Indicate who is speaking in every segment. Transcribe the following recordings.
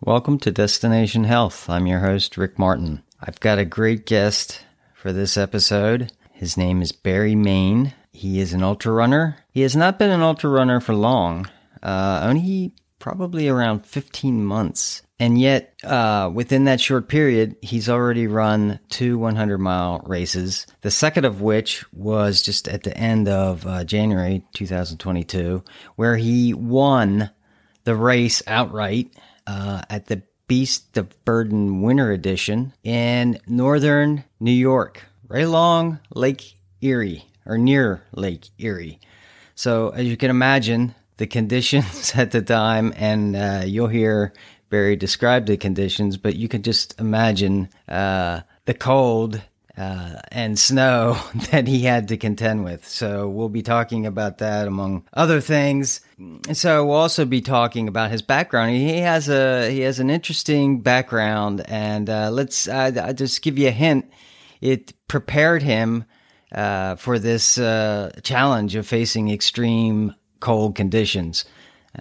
Speaker 1: welcome to Destination Health. I'm your host, Rick Martin. I've got a great guest for this episode. His name is Barry Main. He is an ultra runner. He has not been an ultra runner for long, uh, only probably around 15 months. And yet, uh, within that short period, he's already run two 100 mile races, the second of which was just at the end of uh, January 2022, where he won the race outright uh, at the Beast of Burden Winter Edition in northern New York, right along Lake Erie or near Lake Erie. So, as you can imagine, the conditions at the time, and uh, you'll hear Barry describe the conditions, but you can just imagine uh, the cold uh, and snow that he had to contend with. So we'll be talking about that among other things. So we'll also be talking about his background. He has a he has an interesting background, and uh, let's I, I just give you a hint. It prepared him uh, for this uh, challenge of facing extreme cold conditions.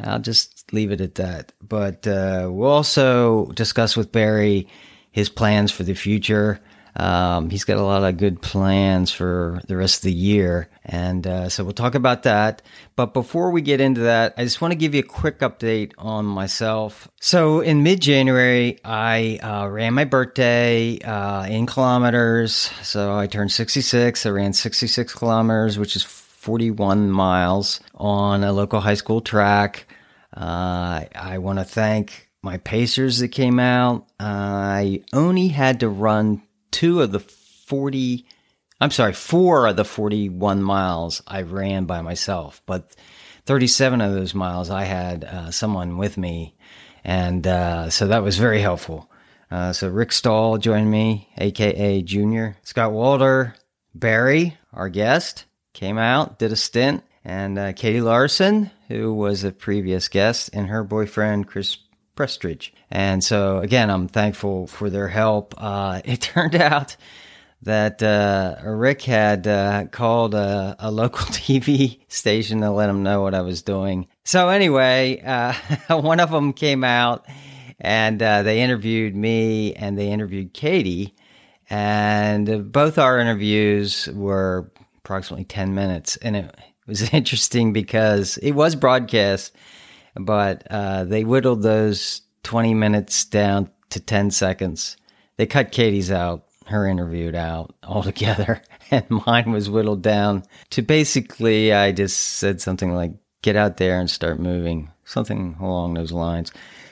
Speaker 1: I'll just leave it at that. But uh, we'll also discuss with Barry his plans for the future. Um, he's got a lot of good plans for the rest of the year. And uh, so we'll talk about that. But before we get into that, I just want to give you a quick update on myself. So in mid January, I uh, ran my birthday uh, in kilometers. So I turned 66. I ran 66 kilometers, which is 41 miles on a local high school track. Uh, I want to thank my pacers that came out. I only had to run two of the 40, I'm sorry, four of the 41 miles I ran by myself, but 37 of those miles I had uh, someone with me. And uh, so that was very helpful. Uh, so Rick Stahl joined me, aka Junior. Scott Walter, Barry, our guest, came out, did a stint, and uh, Katie Larson, who was a previous guest, and her boyfriend Chris Prestridge. And so again, I'm thankful for their help. Uh, it turned out that uh, Rick had uh, called a, a local TV station to let him know what I was doing. So anyway, uh, one of them came out and uh, they interviewed me and they interviewed Katie. And both our interviews were approximately 10 minutes. And it was interesting because it was broadcast, but uh, they whittled those 20 minutes down to 10 seconds. They cut Katie's out, her interviewed out altogether, and mine was whittled down to basically, I just said something like, get out there and start moving, something along those lines.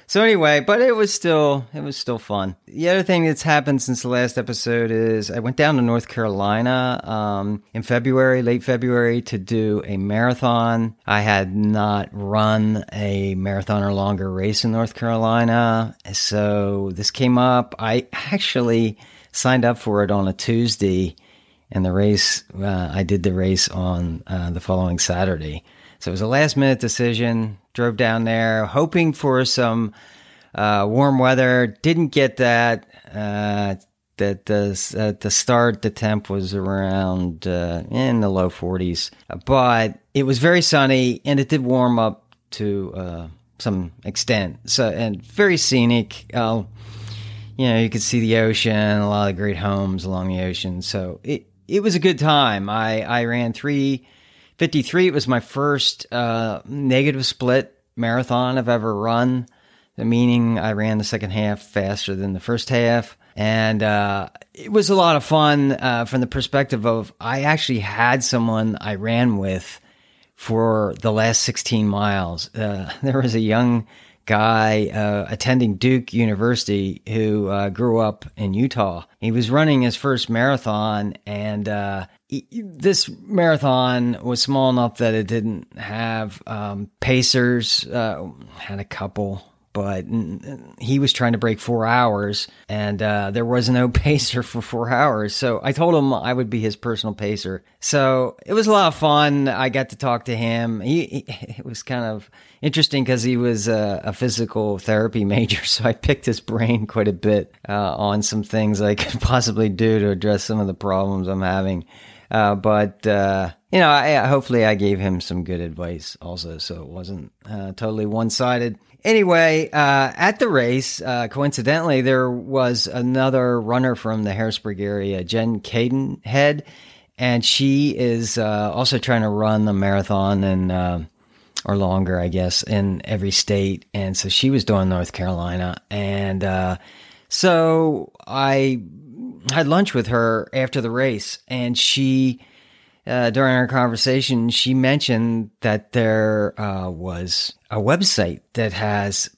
Speaker 1: So anyway, but it was still it was still fun. The other thing that's happened since the last episode is I went down to North Carolina um, in February, late February, to do a marathon. I had not run a marathon or longer race in North Carolina, so this came up. I actually signed up for it on a Tuesday, and the race uh, I did the race on uh, the following Saturday. So it was a last minute decision. Drove down there hoping for some uh, warm weather. Didn't get that. Uh, that the at the start the temp was around uh, in the low 40s, but it was very sunny and it did warm up to uh, some extent. So and very scenic. Uh, you know, you could see the ocean, a lot of great homes along the ocean. So it it was a good time. I I ran three. 53 it was my first uh, negative split marathon i've ever run meaning i ran the second half faster than the first half and uh, it was a lot of fun uh, from the perspective of i actually had someone i ran with for the last 16 miles Uh, there was a young guy uh, attending Duke University who uh, grew up in Utah. He was running his first marathon, and uh, he, this marathon was small enough that it didn't have um, pacers, uh, had a couple. But he was trying to break four hours, and uh, there was no pacer for four hours. So I told him I would be his personal pacer. So it was a lot of fun. I got to talk to him. He, he it was kind of interesting because he was uh, a, a, physical therapy major, so I picked his brain quite a bit uh, on some things I could possibly do to address some of the problems I'm having. Uh, but uh, you know, I, hopefully, I gave him some good advice also, so it wasn't uh, totally one sided. Anyway, uh, at the race, uh, coincidentally, there was another runner from the Harrisburg area, Jen Cadenhead, and she is uh, also trying to run the marathon and uh, or longer, I guess, in every state. And so she was doing North Carolina, and uh, so I had lunch with her after the race, and she uh, during our conversation, she mentioned that there uh, was a website that has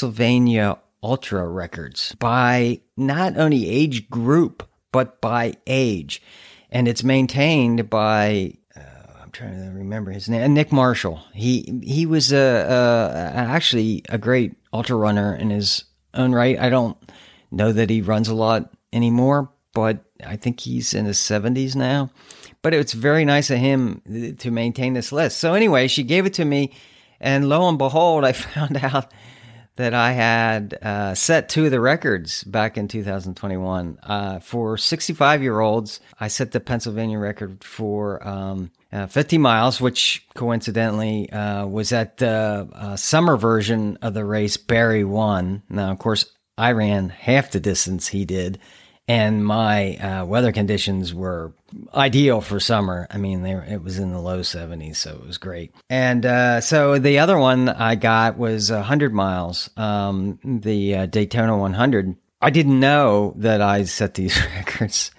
Speaker 1: Pennsylvania Ultra records by not only age group, but by age. And it's maintained by, uh, I'm trying to remember his name, Nick Marshall. He, he was a, a, actually a great ultra runner in his own right. I don't know that he runs a lot anymore, but I think he's in his 70s now but it's very nice of him to maintain this list. So anyway, she gave it to me, and lo and behold, I found out that I had uh, set two of the records back in 2021 uh, for 65 year olds. I set the Pennsylvania record for um, uh, 50 miles, which coincidentally uh, was at the uh, summer version of the race. Barry won. Now, of course, I ran half the distance he did and my uh, weather conditions were ideal for summer. I mean, they were, it was in the low 70s, so it was great. And uh, so the other one I got was 100 miles, um, the uh, Daytona 100. I didn't know that I set these records.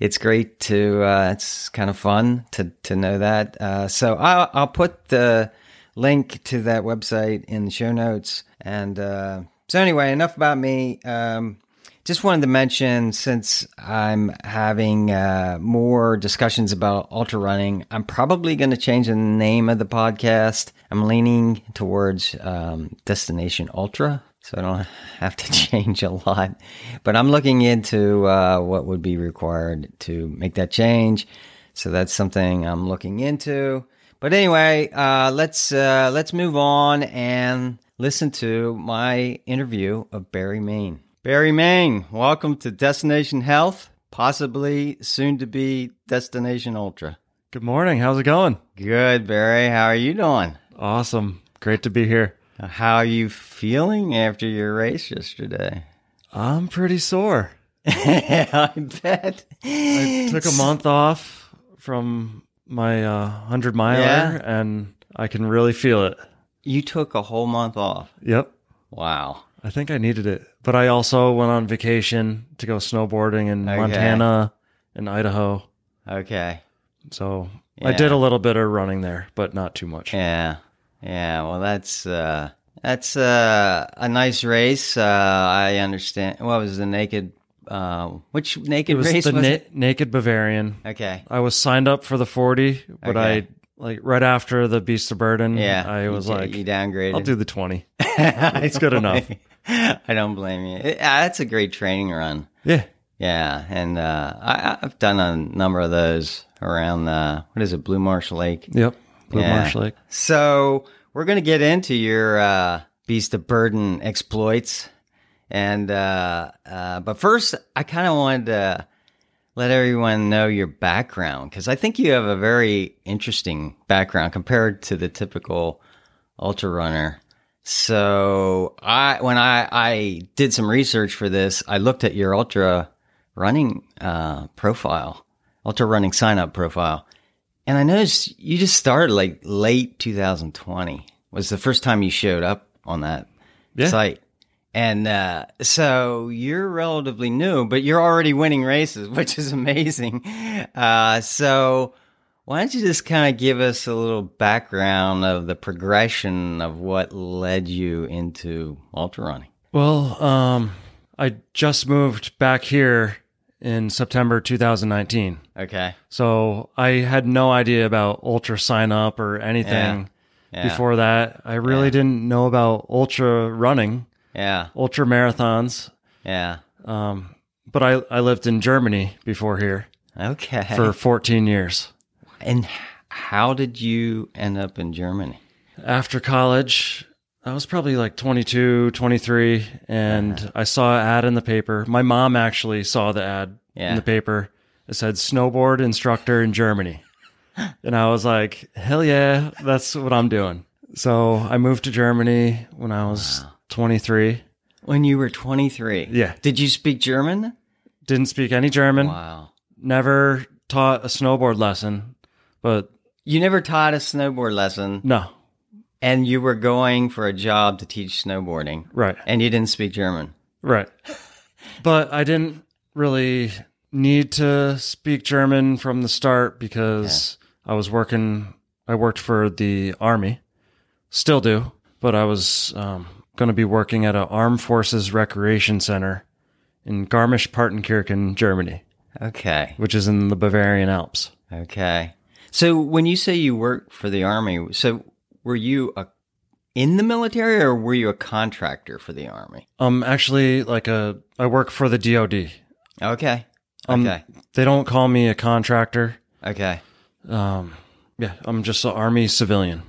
Speaker 1: It's great to, uh, it's kind of fun to, to know that. Uh, so I'll, I'll, put the link to that website in the show notes. And uh, so, anyway, enough about me. Um, just wanted to mention since I'm having uh, more discussions about ultra running, I'm probably going to change the name of the podcast. I'm leaning towards um, Destination Ultra, so I don't have to change a lot. But I'm looking into uh, what would be required to make that change. So that's something I'm looking into. But anyway, uh, let's let's move on and listen to my interview of Barry Maine. Barry Ming, welcome to Destination Health, possibly soon to be Destination Ultra.
Speaker 2: Good morning. How's it going?
Speaker 1: Good, Barry. How are you doing?
Speaker 2: Awesome. Great to be here.
Speaker 1: How are you feeling after your race yesterday?
Speaker 2: I'm pretty sore.
Speaker 1: I bet.
Speaker 2: I took a month off from my uh, 100 miler yeah. and I can really feel it.
Speaker 1: You took a whole month off.
Speaker 2: Yep.
Speaker 1: Wow.
Speaker 2: I think I needed it. But I also went on vacation to go snowboarding in okay. Montana and Idaho.
Speaker 1: Okay.
Speaker 2: So yeah. I did a little bit of running there, but not too much.
Speaker 1: Yeah. Yeah. Well, that's uh, that's uh, a nice race. Uh, I understand. What well, was the naked? uh, which naked
Speaker 2: was
Speaker 1: race
Speaker 2: the
Speaker 1: was
Speaker 2: na-
Speaker 1: it?
Speaker 2: Naked Bavarian.
Speaker 1: Okay.
Speaker 2: I was signed up for the 40, but
Speaker 1: Okay.
Speaker 2: I like right after the Beast of Burden.
Speaker 1: Yeah,
Speaker 2: I was
Speaker 1: you,
Speaker 2: like,
Speaker 1: you downgraded.
Speaker 2: I'll do the twenty. it's good enough.
Speaker 1: I don't blame you. It- ah, that's a great training run.
Speaker 2: Yeah,
Speaker 1: Yeah, and uh, I, I've done a number of those around. Uh, what is it, Blue Marsh Lake?
Speaker 2: yep. Blue
Speaker 1: Yeah.
Speaker 2: Marsh Lake.
Speaker 1: So we're gonna get into your uh, Beast of Burden exploits, and uh, uh, but first, I kind of wanted to let everyone know your background because I think you have a very interesting background compared to the typical ultra runner. So I, when I, I did some research for this, I looked at your ultra running uh, profile, ultra running sign up profile, and I noticed you just started like late 2020 was the first time you showed up on that
Speaker 2: Yeah.
Speaker 1: site. And uh, so you're relatively new, but you're already winning races, which is amazing. Uh, so why don't you just kind of give us a little background of the progression of what led you into ultra running?
Speaker 2: Well, um, I just moved back here in September 2019,
Speaker 1: Okay.
Speaker 2: so I had no idea about ultra sign up or anything.
Speaker 1: Yeah.
Speaker 2: Before that, I really didn't know about ultra running,
Speaker 1: Yeah.
Speaker 2: ultra marathons.
Speaker 1: Yeah.
Speaker 2: Um, but I, I lived in Germany before here
Speaker 1: Okay.
Speaker 2: for 14 years.
Speaker 1: and how did you end up in Germany?
Speaker 2: after college i was probably like 22 23 and
Speaker 1: Uh-huh.
Speaker 2: i saw an ad in the paper my mom actually saw the ad
Speaker 1: Yeah.
Speaker 2: in the paper it said snowboard instructor in germany and i was like hell yeah that's what i'm doing So I moved to Germany when I was 23.
Speaker 1: When you were 23.
Speaker 2: Yeah.
Speaker 1: Did you speak German?
Speaker 2: Didn't speak any German.
Speaker 1: Wow.
Speaker 2: Never taught a snowboard lesson, but
Speaker 1: You never taught a snowboard lesson
Speaker 2: no,
Speaker 1: and you were going for a job to teach snowboarding
Speaker 2: right,
Speaker 1: and you didn't speak German.
Speaker 2: right. but I didn't really need to speak German from the start because I was working. I worked for the army, still do, but I was um, going to be working at an armed forces recreation center in Garmisch-Partenkirchen, Germany,
Speaker 1: Okay.
Speaker 2: which is in the Bavarian Alps.
Speaker 1: Okay. So when you say you work for the army, so were you a, in the military or were you a contractor for the army?
Speaker 2: Um, actually, like a, I work for the DoD.
Speaker 1: Okay.
Speaker 2: Um,
Speaker 1: okay.
Speaker 2: They don't call me a contractor.
Speaker 1: Okay.
Speaker 2: Um, yeah, I'm just an army civilian.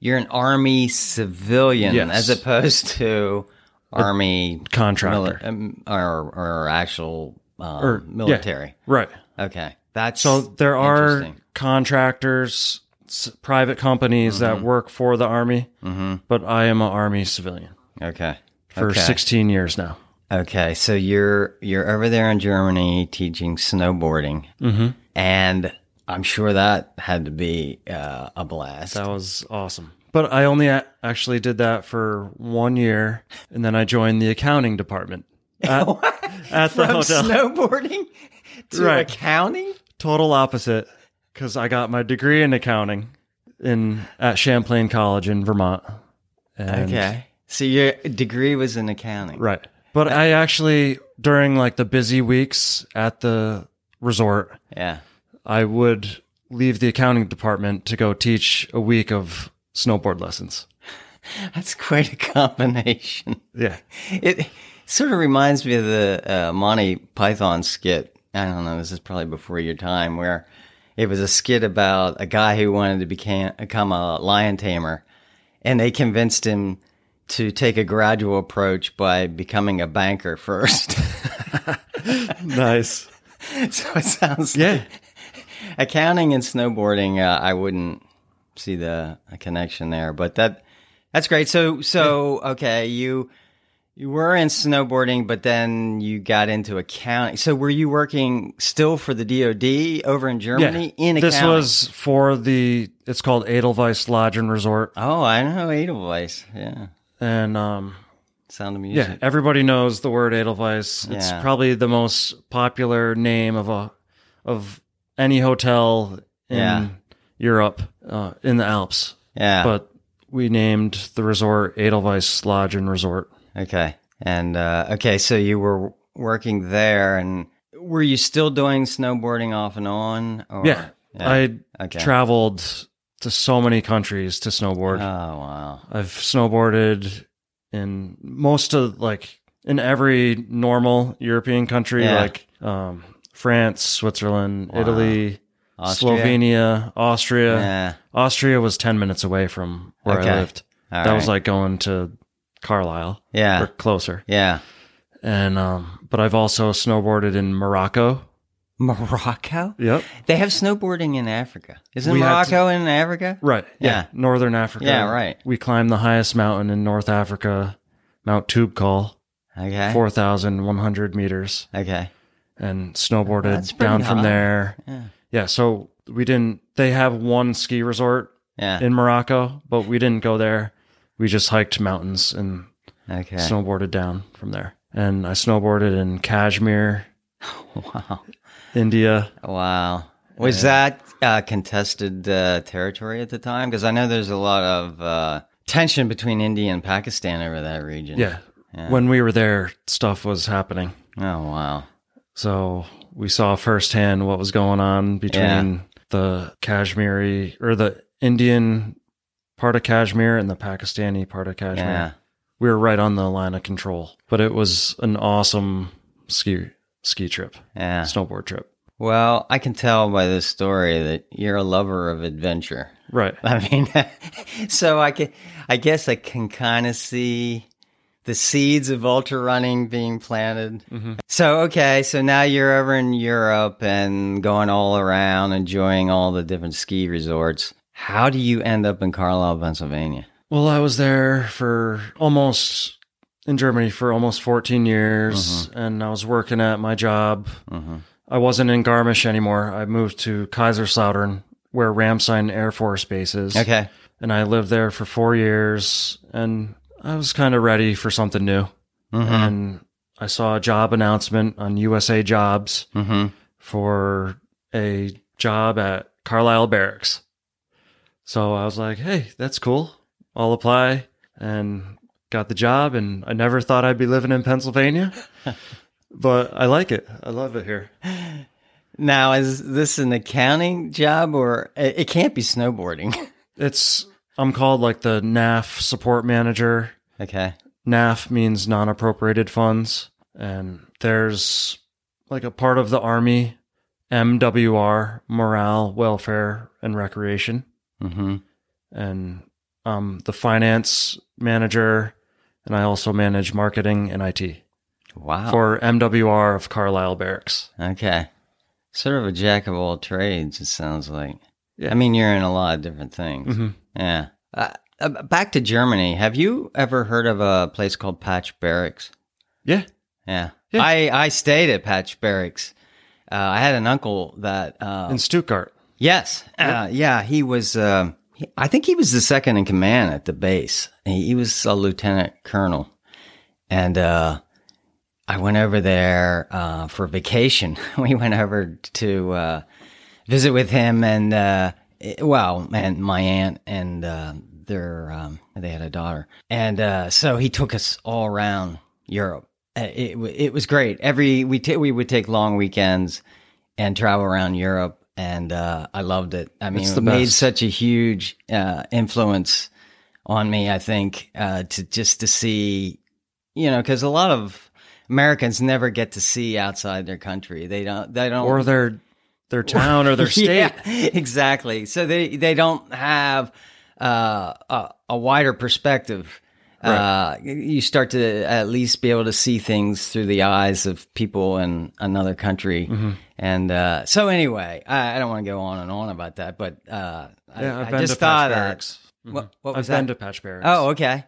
Speaker 1: You're an army civilian
Speaker 2: Yes.
Speaker 1: as opposed to army
Speaker 2: Contractor.
Speaker 1: mili- um, or, or actual um,
Speaker 2: Or- yeah.
Speaker 1: military.
Speaker 2: Right.
Speaker 1: Okay. That's
Speaker 2: So there are
Speaker 1: Interesting.
Speaker 2: contractors, s- private companies
Speaker 1: Mm-hmm.
Speaker 2: that work for the army,
Speaker 1: hmm
Speaker 2: but I am an army civilian
Speaker 1: okay.
Speaker 2: for
Speaker 1: okay.
Speaker 2: 16 years now.
Speaker 1: Okay, so you're you're over there in Germany teaching snowboarding,
Speaker 2: Mm-hmm.
Speaker 1: and I'm sure that had to be uh, a blast.
Speaker 2: That was awesome. But I only a- actually did that for one year, and then I joined the accounting department at, at the
Speaker 1: From
Speaker 2: hotel.
Speaker 1: snowboarding to
Speaker 2: Right.
Speaker 1: accounting.
Speaker 2: total opposite because I got my degree in accounting in at Champlain College in Vermont. And-
Speaker 1: Okay, so your degree was in accounting.
Speaker 2: right. But I actually during like the busy weeks at the resort,
Speaker 1: Yeah.
Speaker 2: I would leave the accounting department to go teach a week of snowboard lessons.
Speaker 1: That's quite a combination.
Speaker 2: Yeah.
Speaker 1: It sort of reminds me of the uh, Monty Python skit. I don't know. This is probably before your time, where it was a skit about a guy who wanted to became, become a lion tamer, and they convinced him to take a gradual approach by becoming a banker first.
Speaker 2: Nice.
Speaker 1: so it sounds like
Speaker 2: Yeah.
Speaker 1: accounting and snowboarding. Uh, I wouldn't see the a connection there, but that that's great. So so okay, you you were in snowboarding, but then you got into accounting. So were you working still for the DoD over in Germany in accounting?
Speaker 2: This was for the it's called Edelweiss Lodge and Resort.
Speaker 1: oh, I know Edelweiss. Yeah,
Speaker 2: And um
Speaker 1: Sound of
Speaker 2: Yeah,
Speaker 1: Music.
Speaker 2: everybody knows the word Edelweiss. It's
Speaker 1: Yeah.
Speaker 2: probably the most popular name of a of any hotel in
Speaker 1: Yeah.
Speaker 2: Europe uh, in the Alps.
Speaker 1: Yeah.
Speaker 2: But we named the resort Edelweiss Lodge and Resort.
Speaker 1: okay. And uh, okay, so you were working there, and were you still doing snowboarding off and on? Or?
Speaker 2: Yeah, I
Speaker 1: okay.
Speaker 2: traveled to so many countries to snowboard.
Speaker 1: Oh wow.
Speaker 2: I've snowboarded in most of like in every normal European country,
Speaker 1: Yeah.
Speaker 2: like um, France, Switzerland,
Speaker 1: Wow.
Speaker 2: Italy.
Speaker 1: Austria?
Speaker 2: Slovenia, Austria.
Speaker 1: Yeah.
Speaker 2: Austria was 10 minutes away from where
Speaker 1: Okay.
Speaker 2: I lived.
Speaker 1: All
Speaker 2: that was
Speaker 1: right.
Speaker 2: like going to Carlisle
Speaker 1: yeah,
Speaker 2: or closer.
Speaker 1: yeah.
Speaker 2: And, um, but I've also snowboarded in Morocco.
Speaker 1: Morocco?
Speaker 2: Yep.
Speaker 1: They have snowboarding in Africa. Isn't
Speaker 2: We had
Speaker 1: Morocco in Africa?
Speaker 2: Right. Yeah.
Speaker 1: Yeah.
Speaker 2: Northern Africa.
Speaker 1: Yeah, right.
Speaker 2: We climbed the highest mountain in North Africa, Mount Toubkal,
Speaker 1: Okay.
Speaker 2: 4,100 meters,
Speaker 1: Okay.
Speaker 2: and
Speaker 1: That's
Speaker 2: snowboarded
Speaker 1: pretty
Speaker 2: down from
Speaker 1: high.
Speaker 2: there.
Speaker 1: Yeah.
Speaker 2: Yeah. So we didn't, they have one ski resort
Speaker 1: Yeah.
Speaker 2: in Morocco, but we didn't go there. We just hiked mountains and
Speaker 1: Okay.
Speaker 2: snowboarded down from there. And I snowboarded in Kashmir,
Speaker 1: wow.
Speaker 2: India.
Speaker 1: Wow. Was that uh, contested uh, territory at the time? Because I know there's a lot of uh, tension between India and Pakistan over that region.
Speaker 2: Yeah.
Speaker 1: Yeah.
Speaker 2: When we were there, stuff was happening.
Speaker 1: Oh wow.
Speaker 2: So we saw firsthand what was going on between
Speaker 1: Yeah.
Speaker 2: the Kashmiri or the Indian part of Kashmir and the Pakistani part of Kashmir.
Speaker 1: Yeah.
Speaker 2: We were right on the line of control, but it was an awesome ski ski trip,
Speaker 1: Yeah.
Speaker 2: snowboard trip.
Speaker 1: Well, I can tell by this story that you're a lover of adventure.
Speaker 2: Right.
Speaker 1: I mean, so I can, I guess I can kind of see the seeds of ultra running being planted.
Speaker 2: Mhm.
Speaker 1: So okay, so now you're over in Europe and going all around, enjoying all the different ski resorts. How do you end up in Carlisle, Pennsylvania?
Speaker 2: Well, I was there for almost in Germany for almost 14 years, and I was working at my job.
Speaker 1: Mm-hmm.
Speaker 2: I wasn't in Garmisch anymore. I moved to Kaiserslautern, where Ramstein Air Force Base is.
Speaker 1: Okay.
Speaker 2: And I lived there for four years, and I was kind of ready for something new.
Speaker 1: Mm-hmm.
Speaker 2: And I saw a job announcement on USA Jobs
Speaker 1: Mm-hmm.
Speaker 2: for a job at Carlisle Barracks. So I was like, hey, that's cool. I'll apply and got the job. And I never thought I'd be living in Pennsylvania, but I like it. I love it here.
Speaker 1: Now, is this an accounting job or it it can't be snowboarding?
Speaker 2: It's, I'm called like the NAF support manager.
Speaker 1: okay.
Speaker 2: NAF means non appropriated funds. And there's like a part of the Army MWR, morale, welfare, and recreation.
Speaker 1: Mm-hmm.
Speaker 2: and um, the finance manager, and I also manage marketing and IT
Speaker 1: Wow.
Speaker 2: for MWR of Carlisle Barracks.
Speaker 1: okay. Sort of a jack of all trades, it sounds like.
Speaker 2: Yeah.
Speaker 1: I mean, you're in a lot of different things.
Speaker 2: Mhm.
Speaker 1: Yeah. Uh, uh, back to Germany. Have you ever heard of a place called Patch Barracks?
Speaker 2: Yeah.
Speaker 1: Yeah.
Speaker 2: Yeah.
Speaker 1: I, I stayed at Patch Barracks. Uh, I had an uncle that. Uh,
Speaker 2: In Stuttgart.
Speaker 1: yes. Uh, yeah. He was, um he, I think he was the second in command at the base. He, he was a lieutenant colonel. And uh, I went over there uh, for vacation. we went over to uh, visit with him and, uh, it- well, and my aunt and uh, their, um, they had a daughter. And uh, so he took us all around Europe. Uh, It, wa- it was great. Every, we, ta- we would take long weekends and travel around Europe. And uh, I loved it. I mean,
Speaker 2: It's
Speaker 1: it
Speaker 2: the
Speaker 1: made
Speaker 2: best.
Speaker 1: such a huge uh, influence on me, I think, uh, to just to see you know, because a lot of Americans never get to see outside their country. They don't. They don't.
Speaker 2: Or their their town or their state.
Speaker 1: Oh. Yeah, exactly. So they they don't have uh, a, a wider perspective. Uh, you start to at least be able to see things through the eyes of people in another country.
Speaker 2: Mm-hmm.
Speaker 1: And uh, so, anyway, I, I don't want to go on and on about that, but uh,
Speaker 2: Yeah,
Speaker 1: I,
Speaker 2: I've
Speaker 1: I
Speaker 2: been
Speaker 1: just
Speaker 2: to
Speaker 1: thought
Speaker 2: Patch
Speaker 1: of-
Speaker 2: Barracks. Mhm.
Speaker 1: What, what
Speaker 2: I've
Speaker 1: was
Speaker 2: been
Speaker 1: that?
Speaker 2: to Patch Barracks.
Speaker 1: Oh, okay.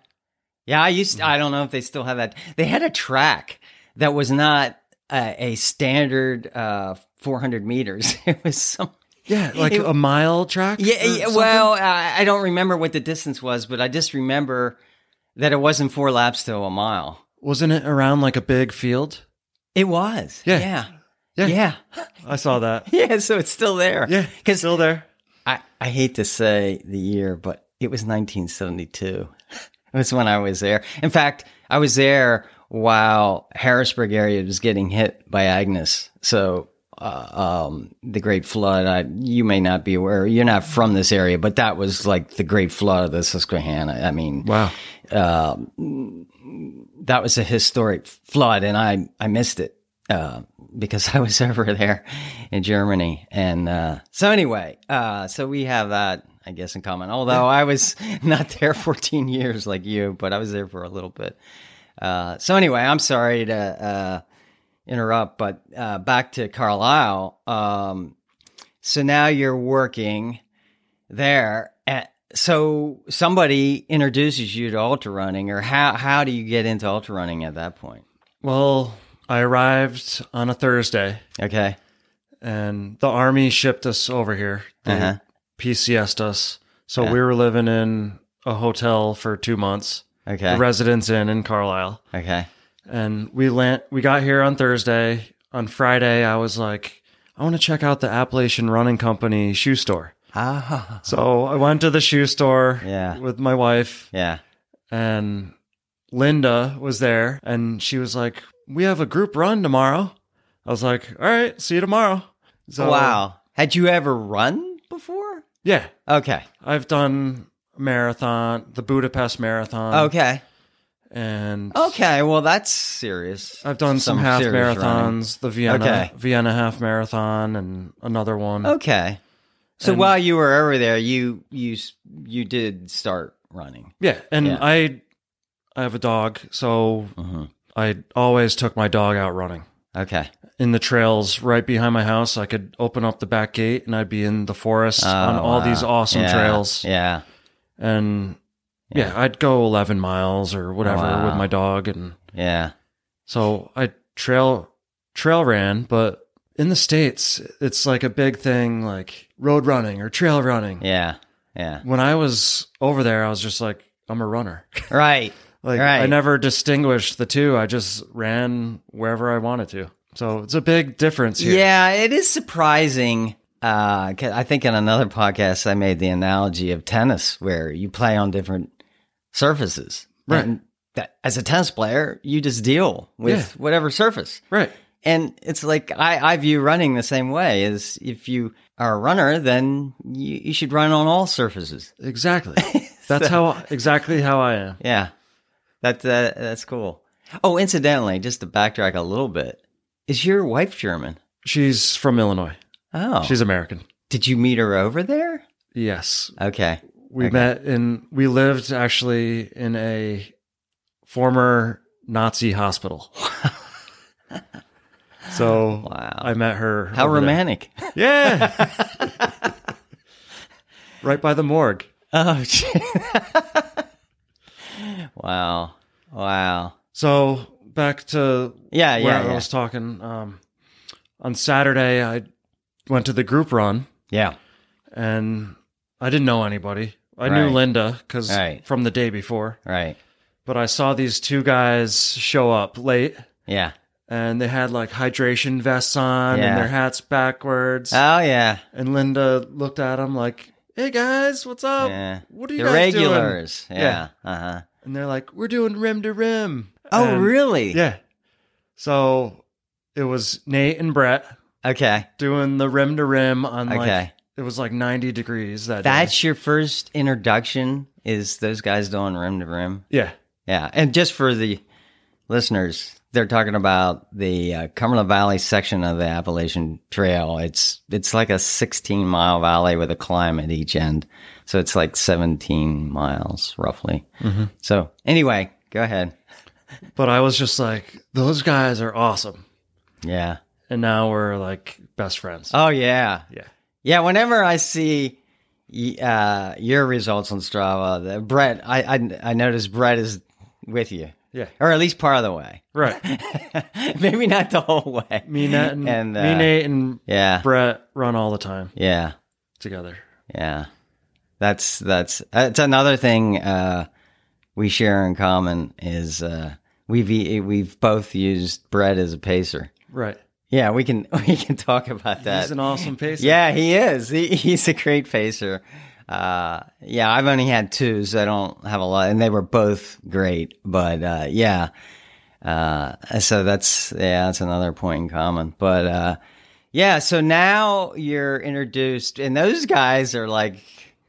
Speaker 1: Yeah, I used. I don't know if they still have that. They had a track that was not a, a standard uh, 400 meters. It was some.
Speaker 2: yeah, like a mile track.
Speaker 1: Yeah.
Speaker 2: or
Speaker 1: yeah
Speaker 2: something?
Speaker 1: well, I, I don't remember what the distance was, but I just remember that it wasn't four laps to a mile.
Speaker 2: wasn't it around like a big field?
Speaker 1: It was.
Speaker 2: Yeah.
Speaker 1: Yeah.
Speaker 2: Yeah.
Speaker 1: Yeah.
Speaker 2: I saw that.
Speaker 1: Yeah, so it's still there.
Speaker 2: Yeah,
Speaker 1: Because
Speaker 2: still there.
Speaker 1: I, I hate to say the year, but it was 1972. It was when I was there. In fact, I was there while Harrisburg area was getting hit by Agnes. So, uh, um, the Great Flood. I, you may not be aware. You're not from this area, but that was like the Great Flood of the Susquehanna. I mean,
Speaker 2: Wow.
Speaker 1: that was a historic flood, and I I missed it uh, because I was over there in Germany. And uh, so anyway, uh, so we have that I guess in common. Although I was not there 14 years like you, but I was there for a little bit. Uh, so anyway, I'm sorry to uh, interrupt, but uh, back to Carlisle. Um, so now you're working there. At, so somebody introduces you to ultra running, or how how do you get into ultra running at that point?
Speaker 2: Well, I arrived on a Thursday.
Speaker 1: Okay.
Speaker 2: and the army shipped us over here. They
Speaker 1: Uh-huh.
Speaker 2: PCS'd us. So
Speaker 1: Yeah.
Speaker 2: we were living in a hotel for two months,
Speaker 1: Okay.
Speaker 2: the residence inn in Carlisle.
Speaker 1: okay.
Speaker 2: And we land, we got here on Thursday. On Friday, I was like, I want to check out the Appalachian Running Company shoe store.
Speaker 1: Ah.
Speaker 2: So I went to the shoe store
Speaker 1: Yeah.
Speaker 2: with my wife
Speaker 1: Yeah.
Speaker 2: and Linda was there and she was like, we have a group run tomorrow. I was like, all right, see you tomorrow. So,
Speaker 1: wow. Had you ever run before?
Speaker 2: Yeah.
Speaker 1: Okay.
Speaker 2: I've done marathon, the Budapest marathon.
Speaker 1: Oh, okay.
Speaker 2: And
Speaker 1: Okay. Well, that's serious.
Speaker 2: I've done some, half
Speaker 1: serious
Speaker 2: marathons,
Speaker 1: running.
Speaker 2: the Vienna
Speaker 1: Okay. Oh,
Speaker 2: Vienna half marathon and another one.
Speaker 1: Okay. So
Speaker 2: And-
Speaker 1: while you were over there, you you s- you did start running.
Speaker 2: Yeah, and
Speaker 1: Yeah.
Speaker 2: I I have a dog, so
Speaker 1: Mhm.
Speaker 2: I always took my dog out running.
Speaker 1: Okay.
Speaker 2: In the trails right behind my house, I could open up the back gate and I'd be in the forest on
Speaker 1: Oh,
Speaker 2: all
Speaker 1: wow.
Speaker 2: these awesome
Speaker 1: Yeah.
Speaker 2: trails.
Speaker 1: Yeah.
Speaker 2: And Yeah, I'd go 11 miles or whatever
Speaker 1: Wow.
Speaker 2: with my dog and
Speaker 1: Yeah.
Speaker 2: so I trail trail ran, but in the states it's like a big thing like road running or trail running.
Speaker 1: Yeah. Yeah.
Speaker 2: When I was over there, I was just like I'm a runner.
Speaker 1: Right.
Speaker 2: Like I
Speaker 1: Right.
Speaker 2: never distinguished the two. I just ran wherever I wanted to. So it's a big difference here.
Speaker 1: Yeah, it is surprising. Uh, 'cause I think in another podcast I made the analogy of tennis, where you play on different surfaces.
Speaker 2: Right.
Speaker 1: And that, as a tennis player, you just deal with
Speaker 2: Yeah.
Speaker 1: whatever surface.
Speaker 2: Right.
Speaker 1: And it's like I, I view running the same way. Is if you are a runner, then you, you should run on all surfaces.
Speaker 2: Exactly. That's how exactly how I am.
Speaker 1: Yeah, that uh, that's cool. Oh, incidentally, just to backtrack a little bit, is your wife German?
Speaker 2: She's from Illinois.
Speaker 1: Oh,
Speaker 2: She's American.
Speaker 1: did you meet her over there?
Speaker 2: Yes.
Speaker 1: Okay.
Speaker 2: We
Speaker 1: Okay.
Speaker 2: met in we lived actually in a former Nazi hospital. so
Speaker 1: Wow.
Speaker 2: I met her.
Speaker 1: How
Speaker 2: over there.
Speaker 1: romantic.
Speaker 2: Yeah. right by the morgue.
Speaker 1: Oh, gee. wow. Wow.
Speaker 2: So back to
Speaker 1: Yeah,
Speaker 2: where
Speaker 1: yeah,
Speaker 2: I
Speaker 1: yeah.
Speaker 2: was talking. Um, on Saturday, I went to the group run
Speaker 1: yeah.
Speaker 2: and I didn't know anybody. I knew
Speaker 1: Right.
Speaker 2: Linda because
Speaker 1: Right.
Speaker 2: from the day before,
Speaker 1: Right.
Speaker 2: but I saw these two guys show up late
Speaker 1: Yeah.
Speaker 2: and they had like hydration vests on
Speaker 1: Yeah.
Speaker 2: and their hats backwards.
Speaker 1: Oh, yeah.
Speaker 2: and Linda looked at them like, "Hey guys, what's up?
Speaker 1: Yeah.
Speaker 2: What are Oh, you
Speaker 1: The
Speaker 2: guys doing?"
Speaker 1: regulars. Yeah.
Speaker 2: Yeah.
Speaker 1: Uh huh.
Speaker 2: And they're like, "We're doing rim to rim."
Speaker 1: Oh,
Speaker 2: And-
Speaker 1: really?
Speaker 2: Yeah. So it was Nate and Brett
Speaker 1: Okay.
Speaker 2: doing the rim to rim on like
Speaker 1: Okay.
Speaker 2: it was like 90 degrees that day.
Speaker 1: That's your first introduction. Is those guys doing rim to rim?
Speaker 2: Yeah.
Speaker 1: Yeah. And just for the listeners, they're talking about the uh, Cumberland Valley section of the Appalachian Trail. It's it's like a 16 mile valley with a climb at each end, so it's like 17 miles roughly.
Speaker 2: Mm-hmm.
Speaker 1: So anyway, go ahead.
Speaker 2: But I was just like, those guys are awesome.
Speaker 1: Yeah.
Speaker 2: And now we're like best friends.
Speaker 1: Oh yeah.
Speaker 2: yeah.
Speaker 1: Yeah. Whenever I see. y- Uh, your results on Strava, the- Brett. I, I I noticed Brett is with you,
Speaker 2: Yeah.
Speaker 1: or at least part of the way.
Speaker 2: Right.
Speaker 1: Maybe not the whole way.
Speaker 2: Me, Nat, and,
Speaker 1: And,
Speaker 2: me,
Speaker 1: uh,
Speaker 2: Nate, and
Speaker 1: Yeah.
Speaker 2: Brett run all the time
Speaker 1: Yeah.
Speaker 2: together.
Speaker 1: Yeah. That's that's that's another thing uh we share in common is uh we've e- we've both used Brett as a pacer.
Speaker 2: Right.
Speaker 1: Yeah, we can we can talk about that.
Speaker 2: He's an awesome pacer.
Speaker 1: yeah, he is. He, he's a great pacer. Uh yeah, I've only had two, so I don't have a lot and they were both great, but uh yeah. Uh so that's yeah, that's another point in common. But uh yeah, so now you're introduced and those guys are like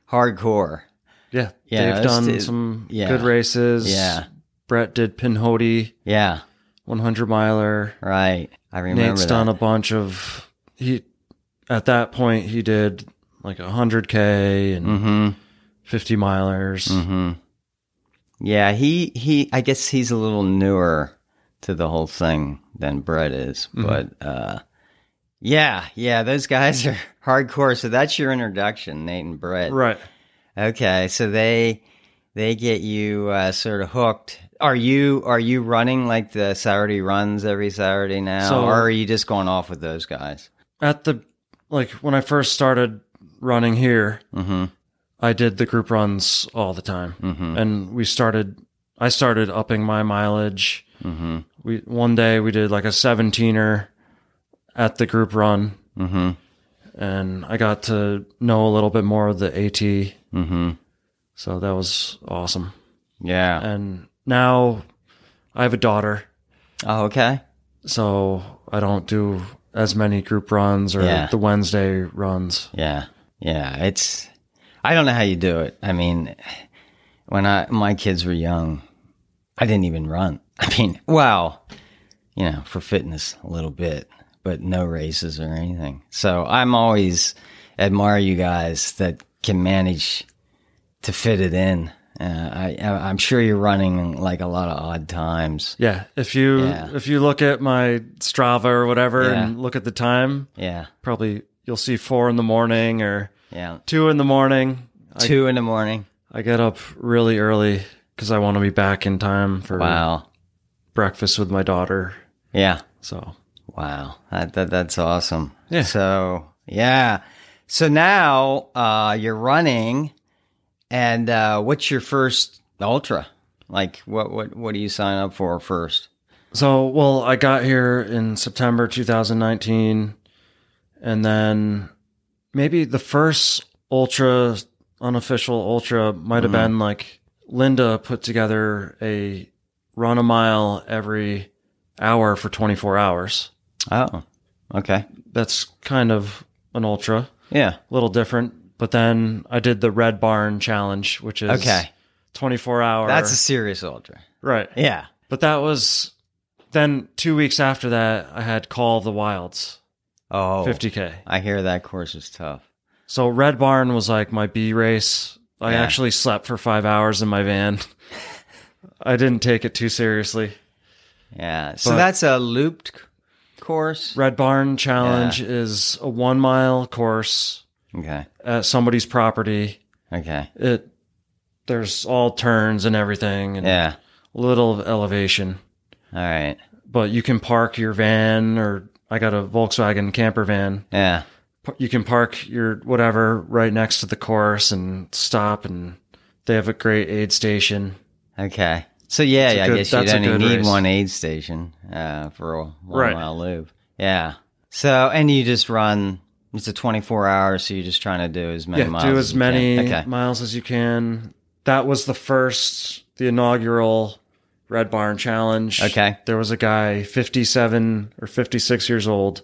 Speaker 1: hardcore.
Speaker 2: Yeah.
Speaker 1: Yeah,
Speaker 2: They've
Speaker 1: those
Speaker 2: done
Speaker 1: two-
Speaker 2: some
Speaker 1: yeah.
Speaker 2: good races.
Speaker 1: Yeah.
Speaker 2: Brett did Pinhoti,
Speaker 1: Yeah,
Speaker 2: 100 miler.
Speaker 1: right. I remember
Speaker 2: Nate's
Speaker 1: that.
Speaker 2: done a bunch of he at that point he did like a hundred K and
Speaker 1: Mhm.
Speaker 2: fifty milers.
Speaker 1: Mhm. Yeah, he he I guess he's a little newer to the whole thing than Brett is,
Speaker 2: Mm-hmm.
Speaker 1: but uh yeah, yeah, those guys are hardcore. So that's your introduction, Nate and Brett.
Speaker 2: Right.
Speaker 1: Okay, so they they get you uh, sort of hooked. Are you are you running like the Saturday runs every Saturday now,
Speaker 2: So-
Speaker 1: or are you just going off with those guys?
Speaker 2: At the like when I first started running here,
Speaker 1: Mhm.
Speaker 2: I did the group runs all the time.
Speaker 1: Mhm.
Speaker 2: And we started I started upping my mileage.
Speaker 1: Mhm.
Speaker 2: We one day we did like a seventeener at the group run
Speaker 1: Mhm.
Speaker 2: and I got to know a little bit more of the AT. mm-hmm.
Speaker 1: Mhm.
Speaker 2: So that was awesome.
Speaker 1: Yeah.
Speaker 2: and now I have a daughter,
Speaker 1: Oh, okay.
Speaker 2: so I don't do as many group runs or
Speaker 1: Yeah.
Speaker 2: the Wednesday runs.
Speaker 1: Yeah. Yeah. It's, I don't know how you do it. I mean, when I, my kids were young, I didn't even run. I mean, wow, you know, for fitness a little bit, but no races or anything. So I'm always admire you guys that can manage to fit it in. Uh, I, I- I'm sure you're running like a lot of odd times.
Speaker 2: Yeah, if you
Speaker 1: Yeah.
Speaker 2: if you look at my Strava or whatever and
Speaker 1: Yeah.
Speaker 2: look at the time,
Speaker 1: Yeah.
Speaker 2: probably you'll see four in the morning or
Speaker 1: Yeah.
Speaker 2: two in the morning. I,
Speaker 1: Two in the morning.
Speaker 2: I get up really early because I want to be back in time for
Speaker 1: Wow.
Speaker 2: breakfast with my daughter.
Speaker 1: Yeah.
Speaker 2: So
Speaker 1: Wow. That, that, that's awesome.
Speaker 2: Yeah.
Speaker 1: So, yeah. So now uh, you're running, and uh, what's your first ultra? Like, what, what, what do you sign up for first?
Speaker 2: So, well, I got here in September 2019, and then maybe the first ultra, unofficial ultra, might have
Speaker 1: Mhm.
Speaker 2: been like Linda put together a run a mile every hour for 24 hours.
Speaker 1: Oh, okay.
Speaker 2: That's kind of an ultra,
Speaker 1: Yeah.
Speaker 2: a little different. But then I did the Red Barn challenge, which is
Speaker 1: Okay.
Speaker 2: 24 hour.
Speaker 1: That's a serious ultra.
Speaker 2: right.
Speaker 1: Yeah.
Speaker 2: But that was then two weeks after that, I had Call of the Wilds,
Speaker 1: Oh,
Speaker 2: 50K.
Speaker 1: I hear that course is tough.
Speaker 2: So Red Barn was like my B race. I
Speaker 1: Yeah.
Speaker 2: actually slept for five hours in my van. I didn't take it too seriously.
Speaker 1: Yeah. So
Speaker 2: But-
Speaker 1: that's a looped c- course.
Speaker 2: Red Barn Challenge is a one mile course
Speaker 1: Okay.
Speaker 2: at somebody's property.
Speaker 1: Okay.
Speaker 2: It there's all turns and everything and
Speaker 1: Yeah.
Speaker 2: a little of elevation.
Speaker 1: All right.
Speaker 2: But you can park your van or I got a Volkswagen camper van.
Speaker 1: Yeah.
Speaker 2: you can park your whatever right next to the course and stop and they have a great aid station
Speaker 1: Okay. So yeah,
Speaker 2: That's a
Speaker 1: yeah I
Speaker 2: good-
Speaker 1: guess you
Speaker 2: that's a
Speaker 1: don't even
Speaker 2: good
Speaker 1: need
Speaker 2: race.
Speaker 1: one aid station uh, for a one
Speaker 2: Right.
Speaker 1: mile loop. Yeah. So and you just run. It's a twenty four hour, so you're just trying to do as many
Speaker 2: yeah
Speaker 1: miles.
Speaker 2: do as
Speaker 1: you
Speaker 2: many
Speaker 1: Can. Okay.
Speaker 2: miles as you can that was the first the inaugural red barn challenge
Speaker 1: Okay.
Speaker 2: there was a guy 57 or 56 years old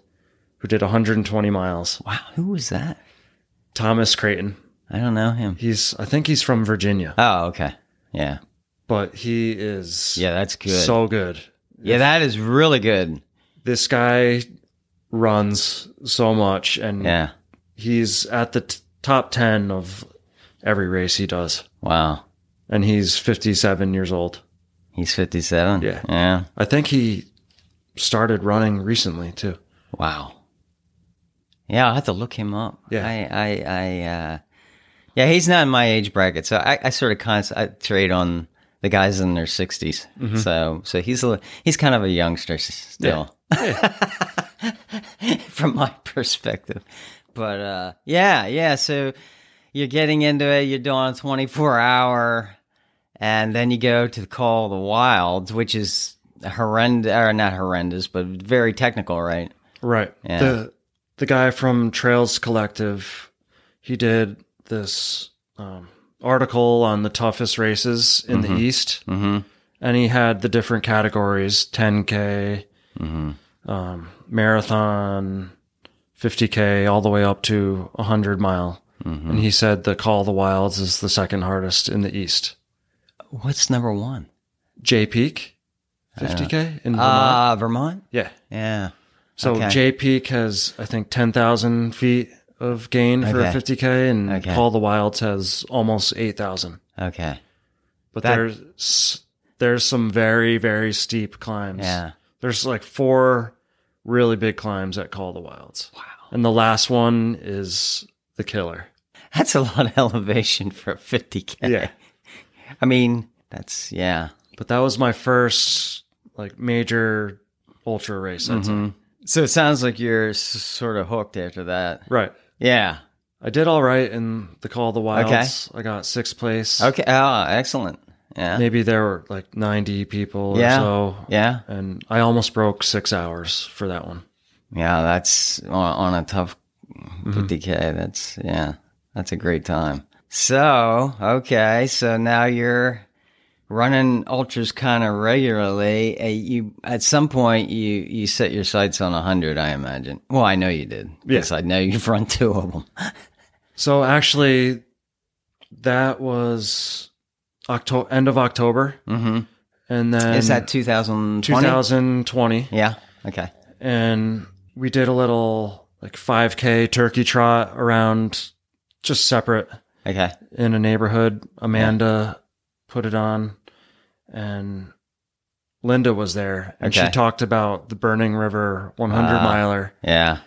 Speaker 2: who did 120 miles
Speaker 1: Wow. Who was that?
Speaker 2: thomas creighton
Speaker 1: I don't know him.
Speaker 2: he's i think he's from virginia
Speaker 1: Oh, okay. Yeah.
Speaker 2: but he is
Speaker 1: Yeah, that's good.
Speaker 2: so good
Speaker 1: yeah, that is really good.
Speaker 2: this guy runs so much and
Speaker 1: Yeah.
Speaker 2: he's at the t- top 10 of every race he does
Speaker 1: Wow.
Speaker 2: and he's 57 years old
Speaker 1: He's fifty seven.
Speaker 2: Yeah.
Speaker 1: Yeah.
Speaker 2: i think he started running recently too
Speaker 1: Wow. Yeah, I'll have to look him up.
Speaker 2: Yeah.
Speaker 1: I, I, I, uh, yeah, he's not in my age bracket. So I, I sort of concentrate on the guys in their 60s. So, so he's a, li- he's kind of a youngster s- still from my perspective. But, uh, yeah, yeah. So you're getting into it, you're doing a 24 hour, and then you go to the Call of the Wilds, which is horrendous, or not horrendous, but very technical, right?
Speaker 2: right
Speaker 1: Yeah.
Speaker 2: the the guy from trails collective he did this um, article on the toughest races in the east
Speaker 1: Mm-hmm.
Speaker 2: and he had the different categories 10k
Speaker 1: Mm-hmm.
Speaker 2: um, marathon 50k all the way up to 100 mile
Speaker 1: Mm-hmm.
Speaker 2: and he said the call of the wilds is the second hardest in the east
Speaker 1: What's number one?
Speaker 2: j peak 50k in vermont
Speaker 1: Uh, Vermont.
Speaker 2: yeah
Speaker 1: Yeah.
Speaker 2: so
Speaker 1: okay.
Speaker 2: j peak has i think 10000 feet of gain for
Speaker 1: Okay.
Speaker 2: a 50k and
Speaker 1: Okay.
Speaker 2: call of the wilds has almost 8000
Speaker 1: Okay.
Speaker 2: but
Speaker 1: That-
Speaker 2: there's there's some very very steep climbs
Speaker 1: Yeah.
Speaker 2: there's like four really big climbs at call of the wilds
Speaker 1: Wow.
Speaker 2: and the last one is the killer
Speaker 1: That's a lot of elevation for a 50k. I mean, that's yeah.
Speaker 2: But that was my first like major ultra race.
Speaker 1: Mm-hmm.
Speaker 2: I'd say.
Speaker 1: So it sounds like you're s- sort of hooked after that.
Speaker 2: Right.
Speaker 1: Yeah.
Speaker 2: I did all right in the Call of the Wilds. I got sixth place.
Speaker 1: Okay. Oh, excellent. Yeah.
Speaker 2: Maybe there were like 90 people
Speaker 1: Yeah.
Speaker 2: or so.
Speaker 1: Yeah.
Speaker 2: And I almost broke six hours for that one.
Speaker 1: Yeah. That's on, on a tough 50k. That's yeah. That's a great time. So okay. So now you're running ultras kind of regularly uh, you at some point you you set your sights on 100 i imagine well i know you did yes i know you've run two of them
Speaker 2: So actually, that was Octo- end of October.
Speaker 1: mm-hmm.
Speaker 2: And then
Speaker 1: is that 2020
Speaker 2: 2020.
Speaker 1: yeah okay
Speaker 2: and we did a little like 5k turkey trot around just separate
Speaker 1: okay
Speaker 2: in a neighborhood amanda put it on and linda was there and
Speaker 1: Okay.
Speaker 2: she talked about the burning river 100
Speaker 1: Ah.
Speaker 2: miler
Speaker 1: yeah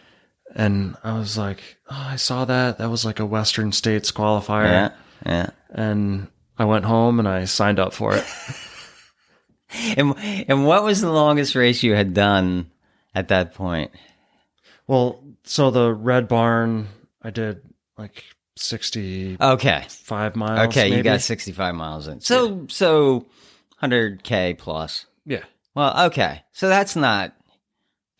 Speaker 2: and i was like oh, i saw that that was like a western states qualifier
Speaker 1: yeah yeah
Speaker 2: and I went home and I signed up for it.
Speaker 1: And and what was the longest race you had done at that point?
Speaker 2: well, so the Red Barn, I did like 65
Speaker 1: Okay.
Speaker 2: miles.
Speaker 1: Okay, you
Speaker 2: maybe.
Speaker 1: got 65 miles in. So so 100k plus.
Speaker 2: Yeah.
Speaker 1: Well, okay. So that's not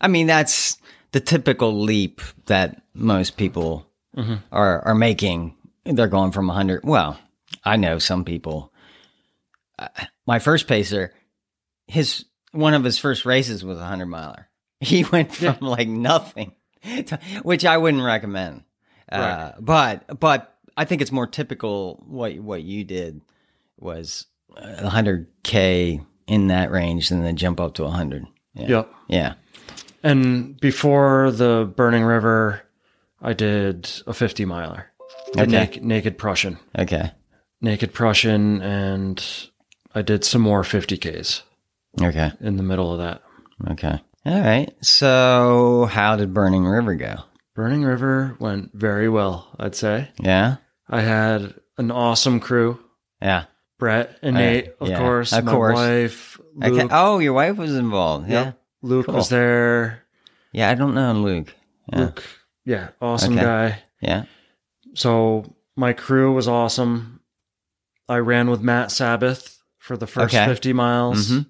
Speaker 1: I mean that's the typical leap that most people
Speaker 2: Mhm.
Speaker 1: are are making. They're going from 100. Well, I know some people. Uh, my first pacer his one of his first races was a 100 miler. He went from like nothing, to, which I wouldn't recommend. Uh, but but I think it's more typical what what you did was uh, a 100k in that range and then jump up to 100. Yeah.
Speaker 2: Yep.
Speaker 1: Yeah.
Speaker 2: And before the Burning River, I did a 50 miler. The
Speaker 1: Okay.
Speaker 2: nak- naked Prussian.
Speaker 1: Okay.
Speaker 2: Naked Prussian, and I did some more 50Ks
Speaker 1: Okay.
Speaker 2: in the middle of that.
Speaker 1: Okay. All right. So how did Burning River go?
Speaker 2: Burning River went very well, I'd say.
Speaker 1: Yeah.
Speaker 2: I had an awesome crew.
Speaker 1: Yeah.
Speaker 2: Brett and
Speaker 1: Uh,
Speaker 2: Nate, of
Speaker 1: yeah,
Speaker 2: course.
Speaker 1: of
Speaker 2: my
Speaker 1: course.
Speaker 2: wife, Luke.
Speaker 1: Okay. Oh, your wife was involved. Yeah.
Speaker 2: Yep. Luke
Speaker 1: Cool.
Speaker 2: was there.
Speaker 1: Yeah. I don't know Luke. Yeah.
Speaker 2: Luke, yeah, awesome
Speaker 1: Okay.
Speaker 2: guy.
Speaker 1: Yeah.
Speaker 2: So my crew was awesome. I ran with Matt Sabbath for the first
Speaker 1: Okay.
Speaker 2: 50 miles.
Speaker 1: Mhm.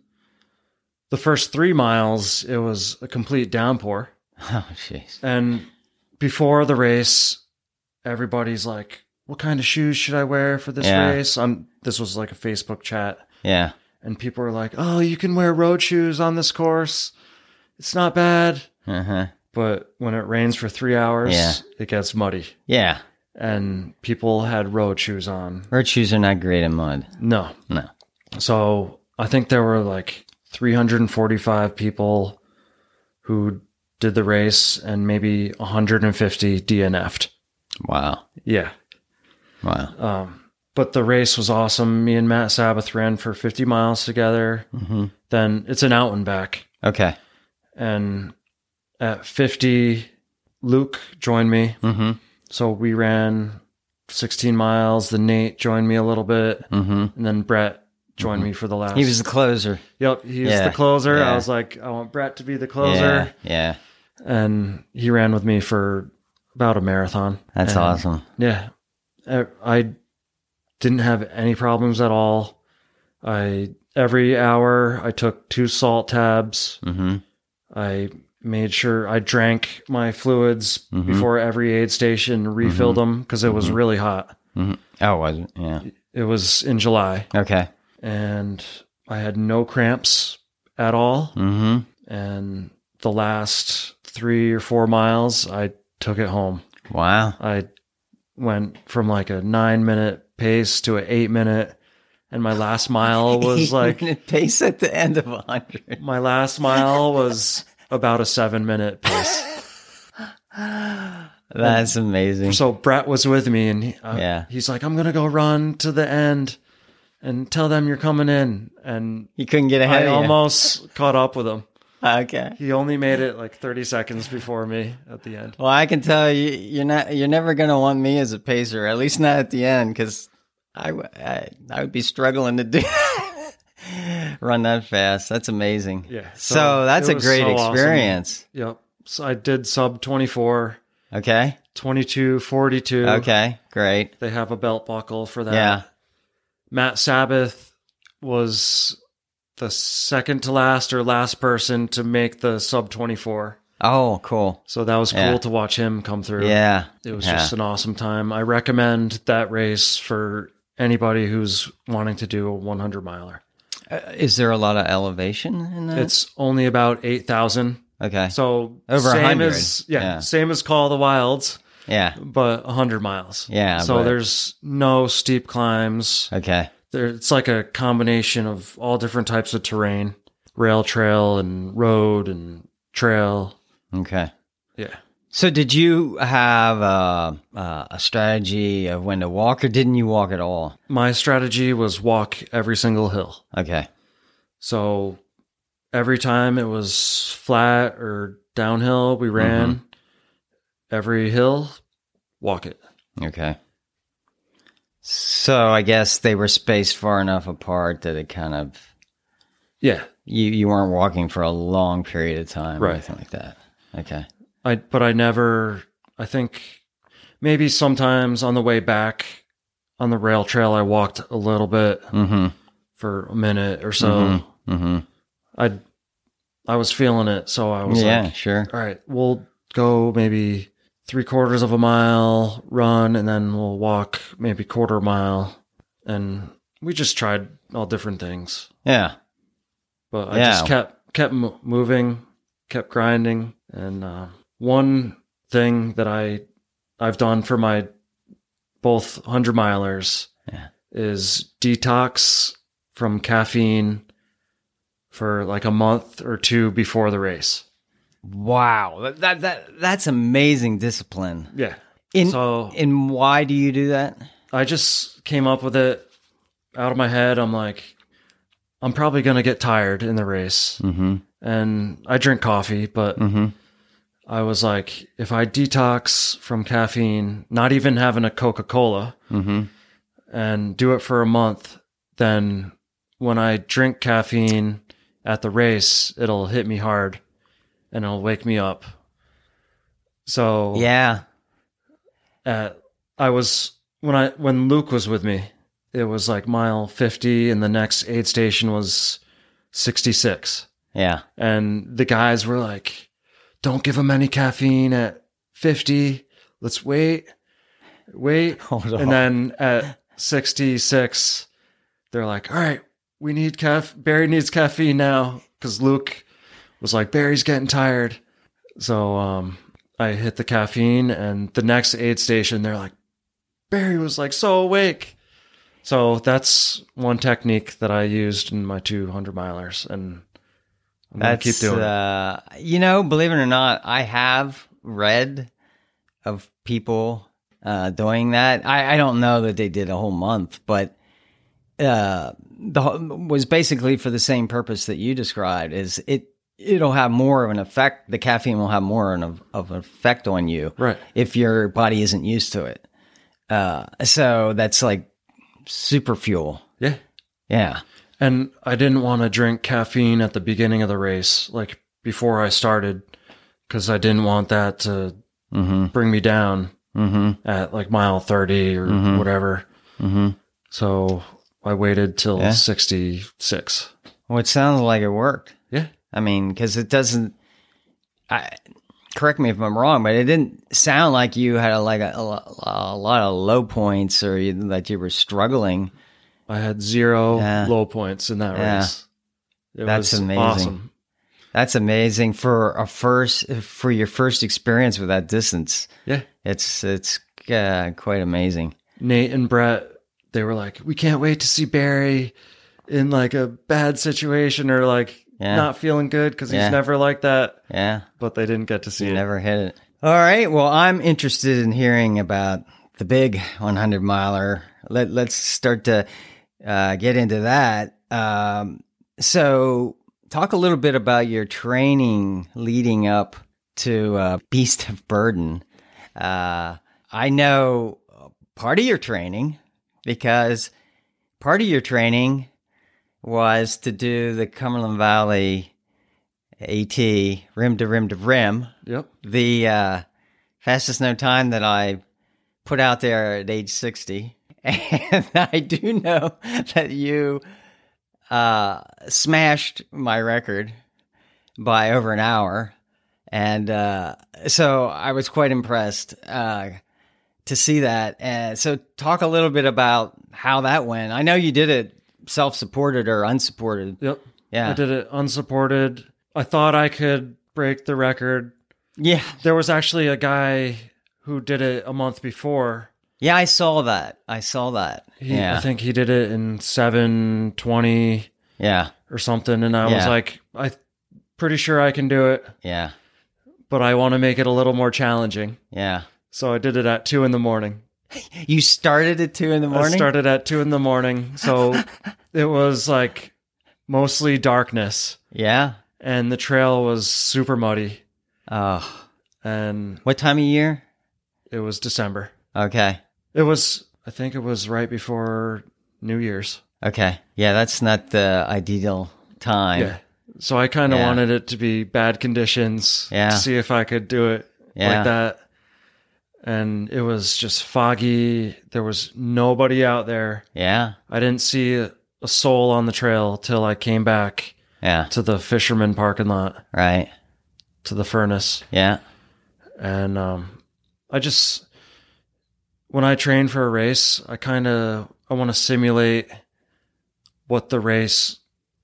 Speaker 2: The first three miles, it was a complete downpour.
Speaker 1: Oh, jeez.
Speaker 2: And before the race, everybody's like, what kind of shoes should I wear for this
Speaker 1: Yeah.
Speaker 2: race? I'm, this was like a Facebook chat.
Speaker 1: Yeah.
Speaker 2: And people were like, oh, you can wear road shoes on this course. It's not bad.
Speaker 1: Uh huh.
Speaker 2: But when it rains for three hours,
Speaker 1: Yeah.
Speaker 2: it gets muddy.
Speaker 1: Yeah.
Speaker 2: And people had road shoes on.
Speaker 1: Road shoes are not great in mud.
Speaker 2: No.
Speaker 1: No.
Speaker 2: So I think there were like 345 people who did the race and maybe 150 DNF'd.
Speaker 1: Wow.
Speaker 2: Yeah.
Speaker 1: Wow.
Speaker 2: Um, but the race was awesome. Me and Matt Sabbath ran for 50 miles together.
Speaker 1: hmm
Speaker 2: Then it's an out and back.
Speaker 1: Okay.
Speaker 2: And at 50, Luke joined me.
Speaker 1: hmm
Speaker 2: So we ran 16 miles. Then Nate joined me a little bit.
Speaker 1: hmm
Speaker 2: And then Brett joined me for the last.
Speaker 1: Mm-hmm. He was the closer.
Speaker 2: Yep, he was
Speaker 1: Yeah,
Speaker 2: the closer.
Speaker 1: yeah.
Speaker 2: I was like, I want Brett to be the closer,
Speaker 1: Yeah. yeah.
Speaker 2: and he ran with me for about a marathon.
Speaker 1: That's
Speaker 2: And,
Speaker 1: awesome.
Speaker 2: Yeah, I I didn't have any problems at all. I every hour I took two salt tabs.
Speaker 1: hmm
Speaker 2: I made sure I drank my fluids
Speaker 1: Mhm.
Speaker 2: before every aid station, refilled
Speaker 1: Mm-hmm.
Speaker 2: them because it was really hot.
Speaker 1: Oh, was it? Yeah.
Speaker 2: It was in July,
Speaker 1: Okay.
Speaker 2: and I had no cramps at all.
Speaker 1: hmm
Speaker 2: and the last three or four miles i took it home
Speaker 1: Wow.
Speaker 2: i went from like a nine minute pace to an eight minute and my last mile was like
Speaker 1: Eight-minute pace at the end of a hundred.
Speaker 2: my last mile was about a seven minute pace
Speaker 1: That's amazing.
Speaker 2: so brett was with me and he, uh,
Speaker 1: Yeah.
Speaker 2: he's like i'm gonna go run to the end and tell them you're coming in and
Speaker 1: You couldn't get ahead.
Speaker 2: i
Speaker 1: of you.
Speaker 2: almost caught up with him
Speaker 1: Okay.
Speaker 2: he only made it like 30 seconds before me at the end
Speaker 1: Well, I can tell you, you're not. You're never gonna want me as a pacer. At least not at the end, because I, w- I I would be struggling to do run that fast. That's amazing.
Speaker 2: Yeah,
Speaker 1: So,
Speaker 2: so
Speaker 1: that's
Speaker 2: it
Speaker 1: a
Speaker 2: was
Speaker 1: great
Speaker 2: so awesome.
Speaker 1: experience.
Speaker 2: Yep. So I did sub 24,
Speaker 1: Okay.
Speaker 2: 22, 42.
Speaker 1: Okay. Great.
Speaker 2: They have a belt buckle for that.
Speaker 1: Yeah.
Speaker 2: Matt Sabbath was the second to last or last person to make the sub 24.
Speaker 1: Oh, cool.
Speaker 2: So that was cool
Speaker 1: Yeah.
Speaker 2: to watch him come through.
Speaker 1: Yeah.
Speaker 2: It was
Speaker 1: Yeah.
Speaker 2: just an awesome time. I recommend that race for anybody who's wanting to do a 100 miler.
Speaker 1: Uh, is there a lot of elevation in that?
Speaker 2: It's only about 8,000.
Speaker 1: okay.
Speaker 2: So
Speaker 1: Over
Speaker 2: same
Speaker 1: 100.
Speaker 2: as yeah,
Speaker 1: Yeah.
Speaker 2: same as Call of the Wilds,
Speaker 1: yeah.
Speaker 2: but 100 miles.
Speaker 1: Yeah.
Speaker 2: So
Speaker 1: but-
Speaker 2: there's no steep climbs.
Speaker 1: Okay.
Speaker 2: There, it's like a combination of all different types of terrain, rail trail and road and trail.
Speaker 1: Okay.
Speaker 2: Yeah.
Speaker 1: So did you have uh, uh, a strategy of when to walk, or didn't you walk at all?
Speaker 2: My strategy was walk every single hill.
Speaker 1: Okay.
Speaker 2: So every time it was flat or downhill, we ran every hill, walk it.
Speaker 1: Okay. So I guess they were spaced far enough apart that it kind of
Speaker 2: Yeah,
Speaker 1: you you weren't walking for a long period of time or
Speaker 2: Right.
Speaker 1: anything like that. Okay.
Speaker 2: I but I never I think maybe sometimes on the way back on the rail trail I walked a little bit
Speaker 1: Mm-hmm.
Speaker 2: for a minute or so.
Speaker 1: Mm-hmm.
Speaker 2: I I was feeling it, so I was
Speaker 1: Yeah,
Speaker 2: like,
Speaker 1: sure.
Speaker 2: all right, we'll go maybe three quarters of a mile run and then we'll walk maybe quarter mile and we just tried all different things.
Speaker 1: Yeah.
Speaker 2: But I
Speaker 1: Yeah.
Speaker 2: just kept kept mo- moving, kept grinding, and uh, one thing that I I've done for my both hundred milers
Speaker 1: Yeah.
Speaker 2: is detox from caffeine for like a month or two before the race.
Speaker 1: Wow. That, that that that's amazing discipline.
Speaker 2: Yeah.
Speaker 1: In
Speaker 2: so
Speaker 1: and why do you do that?
Speaker 2: I just came up with it out of my head. I'm like, I'm probably gonna get tired in the race,
Speaker 1: Mm-hmm.
Speaker 2: and I drink coffee, but
Speaker 1: Mm-hmm.
Speaker 2: I was like, if I detox from caffeine, not even having a Coca Cola,
Speaker 1: Mm-hmm.
Speaker 2: and do it for a month, then when I drink caffeine at the race, it'll hit me hard and it'll wake me up. So
Speaker 1: Yeah.
Speaker 2: uh, I was when I when Luke was with me, it was like mile fifty, and the next aid station was sixty six,
Speaker 1: Yeah.
Speaker 2: and the guys were like, "Don't give him any caffeine at fifty. Let's wait, wait."
Speaker 1: Hold
Speaker 2: And then at sixty six, they're like, "All right, we need caff. Barry needs caffeine now because Luke was like, Barry's getting tired." So um, I hit the caffeine, and the next aid station, they're like, Barry was like so awake. So that's one technique that I used in my 200 milers, and I'm gonna
Speaker 1: That's,
Speaker 2: keep doing it.
Speaker 1: uh, You know, believe it or not, I have read of people uh, doing that. I, I don't know that they did a whole month, but uh, the whole- was basically for the same purpose that you described. Is it? It'll have more of an effect. The caffeine will have more of, an- of an effect on you
Speaker 2: Right.
Speaker 1: if your body isn't used to it. Uh, so that's like super fuel.
Speaker 2: Yeah.
Speaker 1: Yeah.
Speaker 2: And I didn't want to drink caffeine at the beginning of the race, like before I started, because I didn't want that to
Speaker 1: Mm-hmm.
Speaker 2: bring me down
Speaker 1: Mm-hmm.
Speaker 2: at like mile 30 or
Speaker 1: Mhm.
Speaker 2: whatever.
Speaker 1: Mm-hmm.
Speaker 2: So I waited till
Speaker 1: Yeah.
Speaker 2: 66.
Speaker 1: Well, it sounds like it worked.
Speaker 2: Yeah.
Speaker 1: I mean, because it doesn't. I correct me if I'm wrong, but it didn't sound like you had a, like a, a lo- a lot of low points or you, that you were struggling.
Speaker 2: I had zero
Speaker 1: Yeah.
Speaker 2: low points in that
Speaker 1: Yeah.
Speaker 2: race. It
Speaker 1: That's amazing. That's amazing for a first for your first experience with that distance.
Speaker 2: Yeah.
Speaker 1: It's it's uh, quite amazing.
Speaker 2: Nate and Brett, they were like, we can't wait to see Barry in like a bad situation or like
Speaker 1: Yeah.
Speaker 2: not feeling good because
Speaker 1: Yeah.
Speaker 2: he's never like that.
Speaker 1: Yeah,
Speaker 2: But they didn't get to see
Speaker 1: you
Speaker 2: it.
Speaker 1: never hit it. All right. Well, I'm interested in hearing about the big 100 miler. Let Let's start to uh, get into that. Um, so, talk a little bit about your training leading up to uh, Beast of Burden. Uh, I know part of your training because part of your training was to do the Cumberland Valley AT rim to rim to rim.
Speaker 2: Yep.
Speaker 1: The uh, fastest no time that I put out there at age 60. And I do know that you uh, smashed my record by over an hour. And uh, so I was quite impressed uh, to see that. And so, talk a little bit about how that went. I know you did it self supported or unsupported.
Speaker 2: Yep. I
Speaker 1: Yeah.
Speaker 2: did it unsupported. I thought I could break the record.
Speaker 1: Yeah.
Speaker 2: There was actually a guy who did it a month before.
Speaker 1: Yeah. I saw that. I saw that.
Speaker 2: He, I
Speaker 1: yeah.
Speaker 2: think he did it in 720
Speaker 1: Yeah.
Speaker 2: or something. And I was
Speaker 1: Yeah.
Speaker 2: like, i pretty sure I can do it,
Speaker 1: Yeah.
Speaker 2: but I want to make it a little more challenging.
Speaker 1: Yeah.
Speaker 2: So I did it at two in the morning.
Speaker 1: You started at two in the morning.
Speaker 2: I started at two in the morning. So it was like mostly darkness
Speaker 1: yeah.
Speaker 2: and the trail was super muddy
Speaker 1: Oh,
Speaker 2: and
Speaker 1: what time of year?
Speaker 2: it was December.
Speaker 1: Okay.
Speaker 2: It was, I think it was right before New Year's.
Speaker 1: Okay. Yeah, that's not the ideal time.
Speaker 2: Yeah. So I kind of
Speaker 1: Yeah.
Speaker 2: wanted it to be bad conditions.
Speaker 1: Yeah.
Speaker 2: To see if I could do it
Speaker 1: Yeah.
Speaker 2: like that. And it was just foggy. There was nobody out there.
Speaker 1: Yeah.
Speaker 2: I didn't see a soul on the trail till I came back
Speaker 1: Yeah.
Speaker 2: to the fisherman parking lot
Speaker 1: Right.
Speaker 2: to the furnace.
Speaker 1: Yeah.
Speaker 2: And um, I just, when I train for a race, I kind of I want to simulate what the race,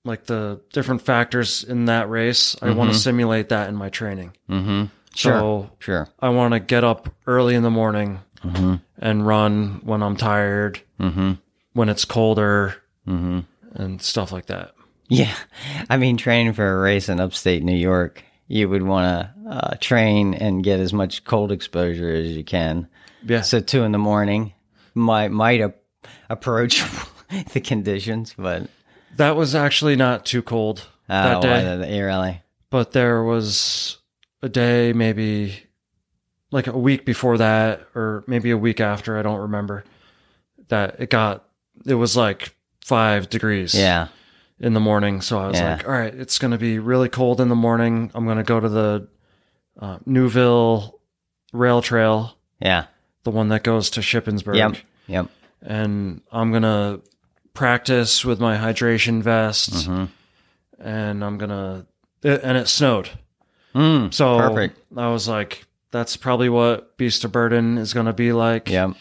Speaker 2: like the different factors in that race. I want
Speaker 1: Mhm.
Speaker 2: to simulate that in my training.
Speaker 1: Mm-hmm. Sure.
Speaker 2: So
Speaker 1: sure.
Speaker 2: I want to get up early in the morning
Speaker 1: Mm-hmm.
Speaker 2: and run when I'm tired,
Speaker 1: Mm-hmm.
Speaker 2: when it's colder,
Speaker 1: Mm-hmm.
Speaker 2: and stuff like that.
Speaker 1: Yeah. I mean, training for a race in upstate New York, you would want to uh, train and get as much cold exposure as you can.
Speaker 2: Yeah.
Speaker 1: So two in the morning might might a- approach the conditions, but
Speaker 2: That was actually not too cold
Speaker 1: uh,
Speaker 2: that day,
Speaker 1: why the- yeah, really.
Speaker 2: but there was a day, maybe like a week before that, or maybe a week after, I don't remember, that it got, it was like five degrees
Speaker 1: Yeah.
Speaker 2: in the morning. So I was
Speaker 1: Yeah.
Speaker 2: like, all right, it's going to be really cold in the morning. I'm going to go to the uh, Newville rail trail,
Speaker 1: Yeah.
Speaker 2: the one that goes to Shippensburg.
Speaker 1: Yep. Yep.
Speaker 2: And I'm going to practice with my hydration vest
Speaker 1: hmm
Speaker 2: and I'm gonna it, and it snowed.
Speaker 1: Mm.
Speaker 2: So
Speaker 1: Perfect.
Speaker 2: I was like, that's probably what Beast of Burden is gonna be like.
Speaker 1: Yep.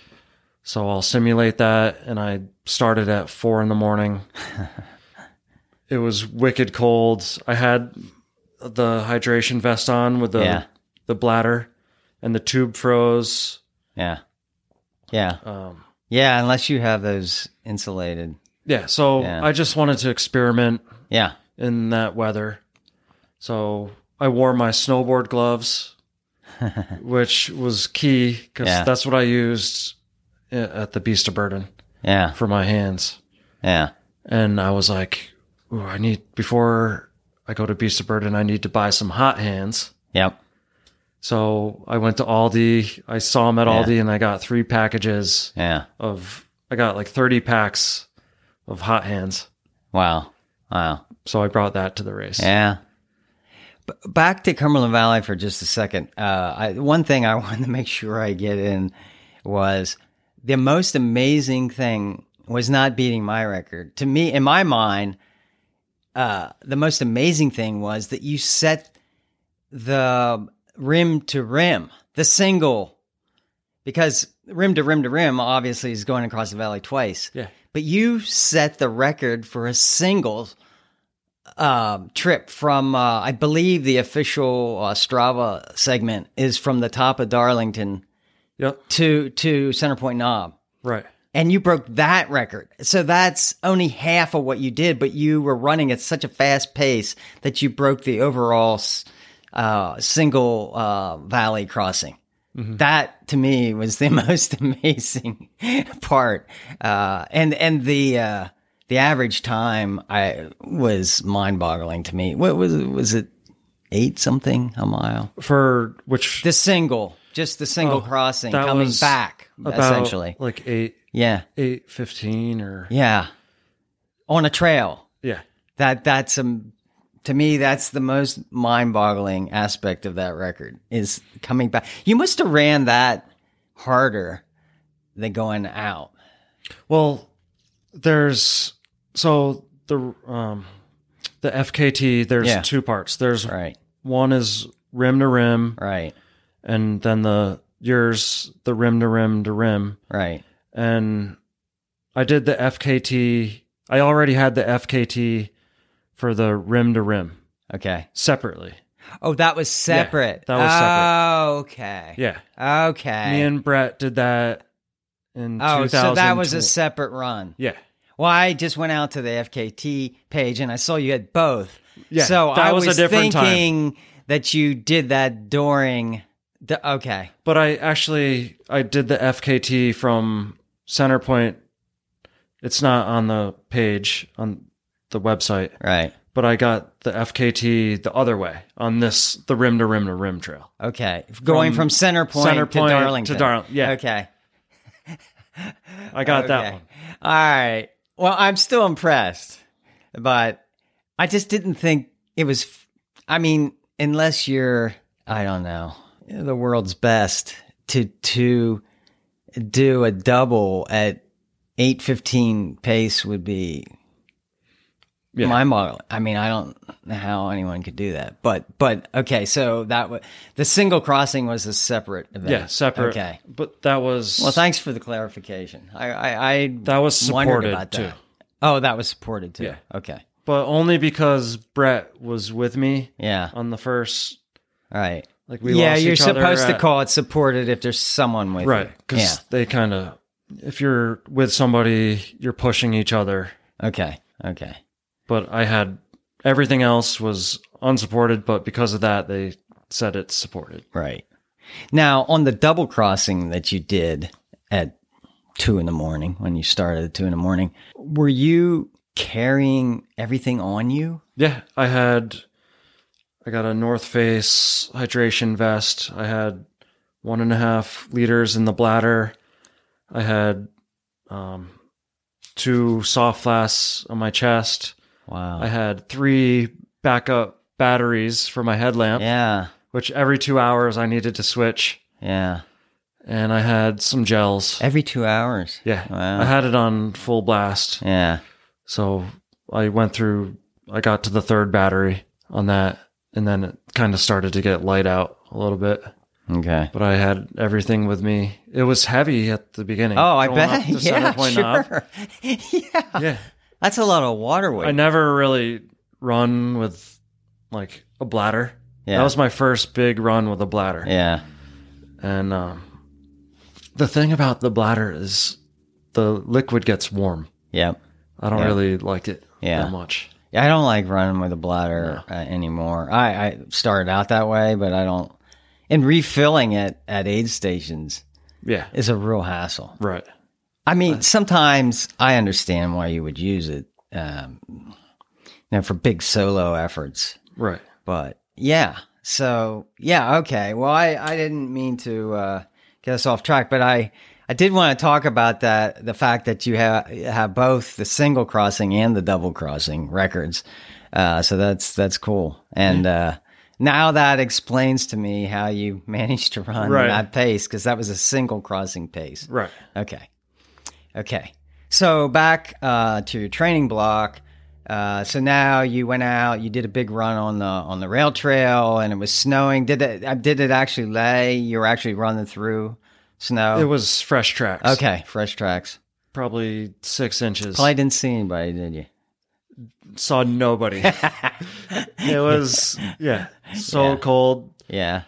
Speaker 2: So I'll simulate that and I started at four in the morning. it was wicked cold. I had the hydration vest on with the
Speaker 1: Yeah.
Speaker 2: the bladder and the tube froze.
Speaker 1: Yeah. Yeah.
Speaker 2: Um
Speaker 1: Yeah. Unless you have those insulated.
Speaker 2: yeah, so
Speaker 1: Yeah.
Speaker 2: I just wanted to experiment
Speaker 1: Yeah.
Speaker 2: in that weather. So I wore my snowboard gloves, which was key because
Speaker 1: Yeah.
Speaker 2: that's what I used i- at the Beast of Burden
Speaker 1: Yeah.
Speaker 2: for my hands.
Speaker 1: Yeah.
Speaker 2: And I was like, Ooh, I need, before I go to Beast of Burden, I need to buy some hot hands.
Speaker 1: Yep.
Speaker 2: So I went to Aldi. I saw them at
Speaker 1: Yeah.
Speaker 2: Aldi and I got three packages
Speaker 1: Yeah.
Speaker 2: of, I got like 30 packs of hot hands.
Speaker 1: Wow. Wow.
Speaker 2: So I brought that to the race.
Speaker 1: Yeah. B- back to Cumberland Valley for just a second. Uh, I, one thing I wanted to make sure I get in was the most amazing thing was not beating my record. To me, in my mind, uh, the most amazing thing was that you set the rim to rim, the single, because rim to rim to rim obviously is going across the valley twice.
Speaker 2: Yeah.
Speaker 1: But you set the record for a single um, trip from, uh, I believe the official uh, Strava segment is from the top of Darlington
Speaker 2: Yep.
Speaker 1: to to Center Point Knob,
Speaker 2: Right.
Speaker 1: and you broke that record. So that's only half of what you did, but you were running at such a fast pace that you broke the overall s- uh, single uh, valley crossing.
Speaker 2: Mm-hmm.
Speaker 1: That to me was the most amazing part, uh, and and the uh, the average time I was mind boggling to me. What was it? was it eight something a mile?
Speaker 2: For which
Speaker 1: The single, just the single
Speaker 2: Oh,
Speaker 1: crossing
Speaker 2: that
Speaker 1: coming
Speaker 2: was
Speaker 1: back,
Speaker 2: about
Speaker 1: essentially.
Speaker 2: like eight
Speaker 1: Yeah,
Speaker 2: eight fifteen or yeah.
Speaker 1: yeah. On a trail.
Speaker 2: yeah
Speaker 1: That that's um to me that's the most mind-boggling aspect of that record is coming back. You must have ran that harder than going out.
Speaker 2: well there's so the um the fkt there's
Speaker 1: Yeah.
Speaker 2: two parts there's
Speaker 1: Right.
Speaker 2: one is rim to rim
Speaker 1: Right.
Speaker 2: and then the yours the rim to rim to rim
Speaker 1: Right.
Speaker 2: and i did the fkt i already had the fkt for the rim to rim
Speaker 1: Okay.
Speaker 2: separately
Speaker 1: Oh, that was separate.
Speaker 2: that was
Speaker 1: separate. Okay.
Speaker 2: yeah
Speaker 1: Okay.
Speaker 2: me and brett did that in
Speaker 1: oh, so that was a
Speaker 2: 2020.
Speaker 1: separate run.
Speaker 2: yeah
Speaker 1: Well, I just went out to the FKT page and I saw you had both.
Speaker 2: Yeah,
Speaker 1: so
Speaker 2: that
Speaker 1: I was
Speaker 2: was a different time.
Speaker 1: thinking that you did that during. The, okay.
Speaker 2: but I actually I did the FKT from Centerpoint. It's not on the page on the website,
Speaker 1: Right.
Speaker 2: but I got the FKT the other way on this the rim to rim to rim trail.
Speaker 1: Okay. Going from, center point
Speaker 2: Center
Speaker 1: to
Speaker 2: Point
Speaker 1: Darlington.
Speaker 2: to Darl- yeah.
Speaker 1: Okay.
Speaker 2: I got that
Speaker 1: Okay.
Speaker 2: one.
Speaker 1: All right. Well, I'm still impressed, but I just didn't think it was. f- I mean, unless you're, I don't know, you're the world's best to to do a double at eight fifteen pace would be
Speaker 2: Yeah.
Speaker 1: my model. I mean, I don't know how anyone could do that, but but okay. So that was the single crossing was a separate event.
Speaker 2: Yeah, separate.
Speaker 1: Okay.
Speaker 2: But that was
Speaker 1: Well, thanks for the clarification. I I, I
Speaker 2: that was
Speaker 1: wondered
Speaker 2: supported
Speaker 1: about
Speaker 2: too.
Speaker 1: that. Oh, that was supported too.
Speaker 2: Yeah.
Speaker 1: Okay.
Speaker 2: But only because Brett was with me
Speaker 1: Yeah.
Speaker 2: on the first
Speaker 1: All right.
Speaker 2: like we
Speaker 1: yeah,
Speaker 2: lost
Speaker 1: you're
Speaker 2: each other
Speaker 1: supposed to
Speaker 2: at-
Speaker 1: call it supported if there's someone with
Speaker 2: Right.
Speaker 1: you.
Speaker 2: Cuz they kind of if you're with somebody, you're pushing each other.
Speaker 1: Yeah. Okay. Okay.
Speaker 2: But I had everything else was unsupported, but because of that they said it's supported.
Speaker 1: Right. Now, on the double crossing that you did at two in the morning, when you started at two in the morning, were you carrying everything on you?
Speaker 2: Yeah, I had I got a North Face hydration vest. I had one and a half liters in the bladder. I had um, two soft flasks on my chest.
Speaker 1: Wow.
Speaker 2: I had three backup batteries for my headlamp,
Speaker 1: yeah.
Speaker 2: which every two hours I needed to switch.
Speaker 1: Yeah.
Speaker 2: And I had some gels.
Speaker 1: Every two hours.
Speaker 2: Yeah, I
Speaker 1: Wow.
Speaker 2: had it on full blast.
Speaker 1: Yeah.
Speaker 2: So I went through, I got to the third battery on that, and then it kind of started to get light out a little bit.
Speaker 1: Okay.
Speaker 2: But I had everything with me. It was heavy at the beginning.
Speaker 1: Oh, I
Speaker 2: going
Speaker 1: bet.
Speaker 2: up to
Speaker 1: Yeah,
Speaker 2: Center Point Knob.
Speaker 1: sure. yeah.
Speaker 2: Yeah.
Speaker 1: That's a lot of water weight.
Speaker 2: I never really run with like a bladder.
Speaker 1: Yeah.
Speaker 2: That was my first big run with a bladder.
Speaker 1: yeah.
Speaker 2: And um, the thing about the bladder is the liquid gets warm.
Speaker 1: Yep.
Speaker 2: I don't
Speaker 1: Yeah.
Speaker 2: really like it
Speaker 1: Yeah.
Speaker 2: that much.
Speaker 1: Yeah, I don't like running with a bladder uh, anymore. I, I started out that way, but I don't. And refilling it at aid stations
Speaker 2: Yeah.
Speaker 1: is a real hassle.
Speaker 2: Right.
Speaker 1: I mean, sometimes I understand why you would use it, um, you know, for big solo efforts.
Speaker 2: Right.
Speaker 1: But yeah, so yeah, okay. Well, I, I didn't mean to uh, get us off track, but I I did want to talk about that the fact that you have have both the single crossing and the double crossing records. Uh, so that's that's cool, and uh, now that explains to me how you managed to run
Speaker 2: Right.
Speaker 1: that pace because that was a single crossing pace.
Speaker 2: Right.
Speaker 1: Okay. Okay. So back uh, to your training block. Uh, so now you went out, you did a big run on the on the rail trail, and it was snowing. Did it? uh, Did it actually lay? You were actually running through
Speaker 2: It
Speaker 1: snow.
Speaker 2: was fresh tracks.
Speaker 1: Oh. okay, fresh tracks.
Speaker 2: Probably six inches.
Speaker 1: Probably didn't see anybody, did you?
Speaker 2: Saw nobody. it was, yeah, so
Speaker 1: Yeah.
Speaker 2: cold.
Speaker 1: Yeah.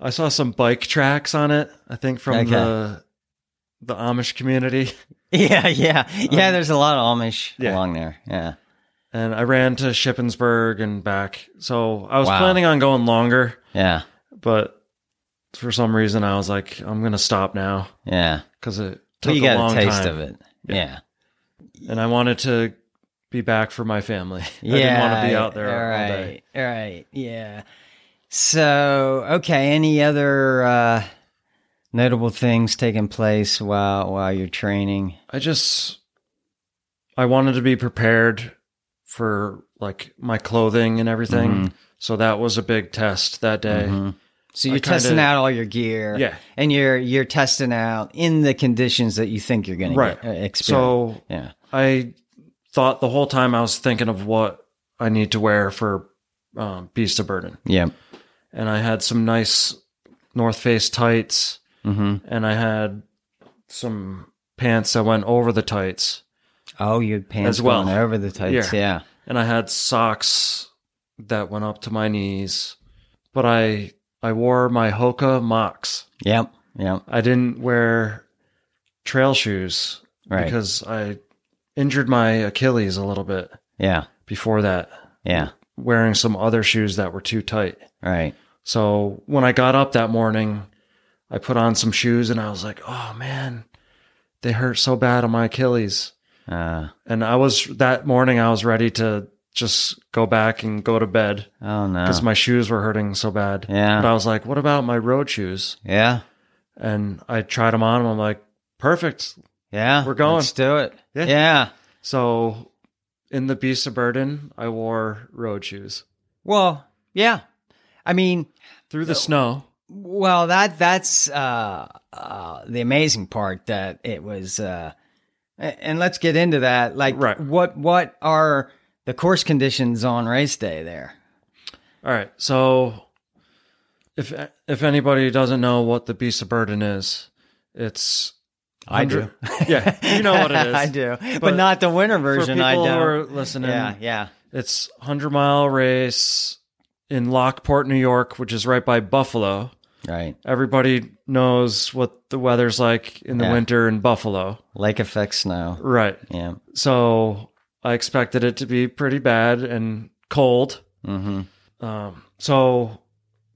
Speaker 2: I saw some bike tracks on it, I think from
Speaker 1: Okay.
Speaker 2: the the Amish community.
Speaker 1: Yeah, yeah, yeah.
Speaker 2: Um,
Speaker 1: there's a lot of Amish
Speaker 2: yeah.
Speaker 1: along there. Yeah,
Speaker 2: And I ran to Shippensburg and back. So I was
Speaker 1: Wow.
Speaker 2: planning on going longer,
Speaker 1: yeah,
Speaker 2: but for some reason I was like, I'm going to stop now
Speaker 1: yeah.
Speaker 2: because it
Speaker 1: So
Speaker 2: took
Speaker 1: you
Speaker 2: a
Speaker 1: got
Speaker 2: long
Speaker 1: a taste
Speaker 2: time.
Speaker 1: of it.
Speaker 2: Yeah.
Speaker 1: Yeah,
Speaker 2: And I wanted to be back for my family.
Speaker 1: yeah.
Speaker 2: I didn't want to be out there
Speaker 1: all
Speaker 2: all
Speaker 1: right,
Speaker 2: day.
Speaker 1: All right. Yeah. So okay, any other uh, notable things taking place while while you're training?
Speaker 2: I just I wanted to be prepared for like my clothing and everything.
Speaker 1: Mhm.
Speaker 2: So that was a big test that day.
Speaker 1: Mhm. So
Speaker 2: I
Speaker 1: you're
Speaker 2: kinda-
Speaker 1: testing out all your gear,
Speaker 2: Yeah.
Speaker 1: and you're you're testing out in the conditions that you think you're going
Speaker 2: Right.
Speaker 1: to experience.
Speaker 2: So
Speaker 1: yeah,
Speaker 2: I thought the whole time I was thinking of what I need to wear for um, Beast of Burden.
Speaker 1: yeah,
Speaker 2: And I had some nice North Face tights
Speaker 1: hmm
Speaker 2: and I had some pants that went over the tights.
Speaker 1: Oh, your pants
Speaker 2: As well.
Speaker 1: going over the tights.
Speaker 2: Yeah.
Speaker 1: Yeah.
Speaker 2: and I had socks that went up to my knees. But I I wore my Hoka Mox.
Speaker 1: Yep. Yep.
Speaker 2: I didn't wear trail shoes
Speaker 1: Right.
Speaker 2: because I injured my Achilles a little bit
Speaker 1: yeah.
Speaker 2: before that,
Speaker 1: Yeah.
Speaker 2: wearing some other shoes that were too tight.
Speaker 1: Right.
Speaker 2: So when I got up that morning, I put on some shoes and I was like, "Oh man, they hurt so bad on my Achilles."
Speaker 1: Uh,
Speaker 2: And I was that morning I was ready to just go back and go to bed.
Speaker 1: oh no.
Speaker 2: because my shoes were hurting so bad.
Speaker 1: Yeah.
Speaker 2: But I was like, what about my road shoes?
Speaker 1: yeah.
Speaker 2: And I tried them on and I'm like, perfect.
Speaker 1: Yeah.
Speaker 2: We're going.
Speaker 1: Let's do it.
Speaker 2: Yeah.
Speaker 1: yeah.
Speaker 2: So in the Beast of Burden, I wore road shoes
Speaker 1: Well, yeah. I mean,
Speaker 2: through the snow.
Speaker 1: Well, that that's uh, uh, the amazing part that it was, uh, a- and let's get into that. Like,
Speaker 2: Right.
Speaker 1: what what are the course conditions on race day there?
Speaker 2: All right. So if if anybody doesn't know what the Beast of Burden is, it's
Speaker 1: I do.
Speaker 2: yeah, you know what it is.
Speaker 1: I do, but,
Speaker 2: But
Speaker 1: not the winter
Speaker 2: For
Speaker 1: version.
Speaker 2: people
Speaker 1: I
Speaker 2: who
Speaker 1: don't.
Speaker 2: are listening,
Speaker 1: Yeah, yeah.
Speaker 2: it's hundred mile race in Lockport, New York, which is right by Buffalo.
Speaker 1: Right.
Speaker 2: Everybody knows what the weather's like in the
Speaker 1: Yeah.
Speaker 2: winter in Buffalo.
Speaker 1: Lake effect snow.
Speaker 2: Right.
Speaker 1: Yeah.
Speaker 2: So I expected it to be pretty bad and cold.
Speaker 1: Mm-hmm.
Speaker 2: Um, so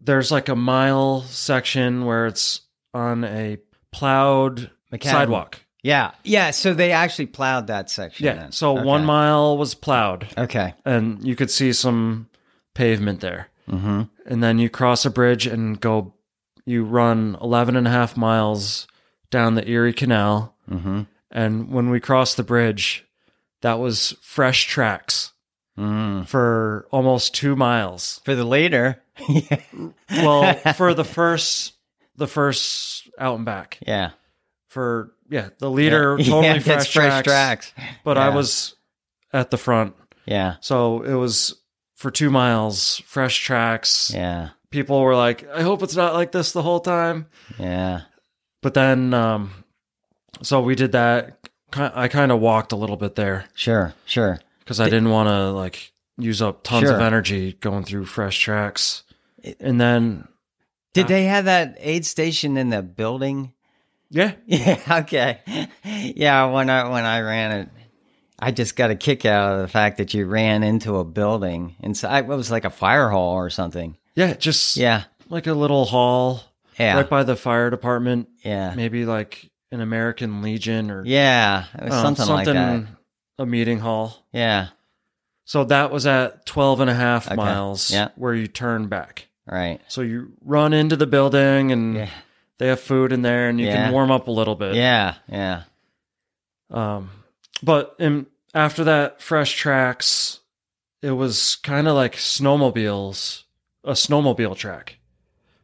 Speaker 2: there's like a mile section where it's on a plowed
Speaker 1: Macadam.
Speaker 2: sidewalk.
Speaker 1: Yeah. Yeah. So they actually plowed that section.
Speaker 2: Yeah.
Speaker 1: then.
Speaker 2: So
Speaker 1: Okay.
Speaker 2: one mile was plowed
Speaker 1: Okay.
Speaker 2: and you could see some pavement there.
Speaker 1: Mm-hmm.
Speaker 2: And then you cross a bridge and go, you run 11 and a half miles down the Erie Canal.
Speaker 1: Mm-hmm.
Speaker 2: And when we crossed the bridge, that was fresh tracks
Speaker 1: Mm.
Speaker 2: for almost two miles.
Speaker 1: For the later. yeah.
Speaker 2: Well, for the first, the first out and back.
Speaker 1: Yeah.
Speaker 2: for yeah the leader totally
Speaker 1: yeah,
Speaker 2: fresh,
Speaker 1: that's fresh
Speaker 2: tracks,
Speaker 1: tracks.
Speaker 2: but i
Speaker 1: yeah.
Speaker 2: was at the front
Speaker 1: Yeah.
Speaker 2: so it was for two miles fresh tracks
Speaker 1: Yeah.
Speaker 2: people were like i hope it's not like this the whole time
Speaker 1: Yeah.
Speaker 2: but then um so we did that Ki- i kind of walked a little bit there
Speaker 1: Sure. Sure.
Speaker 2: because i didn't want to like use up tons
Speaker 1: Sure.
Speaker 2: of energy going through fresh tracks
Speaker 1: It-
Speaker 2: and then
Speaker 1: Did
Speaker 2: Uh,
Speaker 1: they have that aid station in the building?
Speaker 2: yeah
Speaker 1: Yeah. Okay. Yeah. When I when I ran it, I just got a kick out of the fact that you ran into a building inside. What was like a fire hall or something?
Speaker 2: yeah just
Speaker 1: Yeah.
Speaker 2: like a little hall
Speaker 1: Yeah.
Speaker 2: right by the fire department
Speaker 1: yeah.
Speaker 2: maybe like an American Legion or
Speaker 1: Yeah. It was
Speaker 2: um,
Speaker 1: Uh, something, like that.
Speaker 2: a meeting hall.
Speaker 1: Yeah.
Speaker 2: So that was at 12 and a half
Speaker 1: Okay.
Speaker 2: miles
Speaker 1: Yeah.
Speaker 2: where you turn back.
Speaker 1: Right.
Speaker 2: So you run into the building and
Speaker 1: Yeah.
Speaker 2: they have food in there and you
Speaker 1: Yeah.
Speaker 2: can warm up a little bit.
Speaker 1: Yeah. Yeah.
Speaker 2: Um, but in, after that, fresh tracks, it was kind of like snowmobiles, a snowmobile track.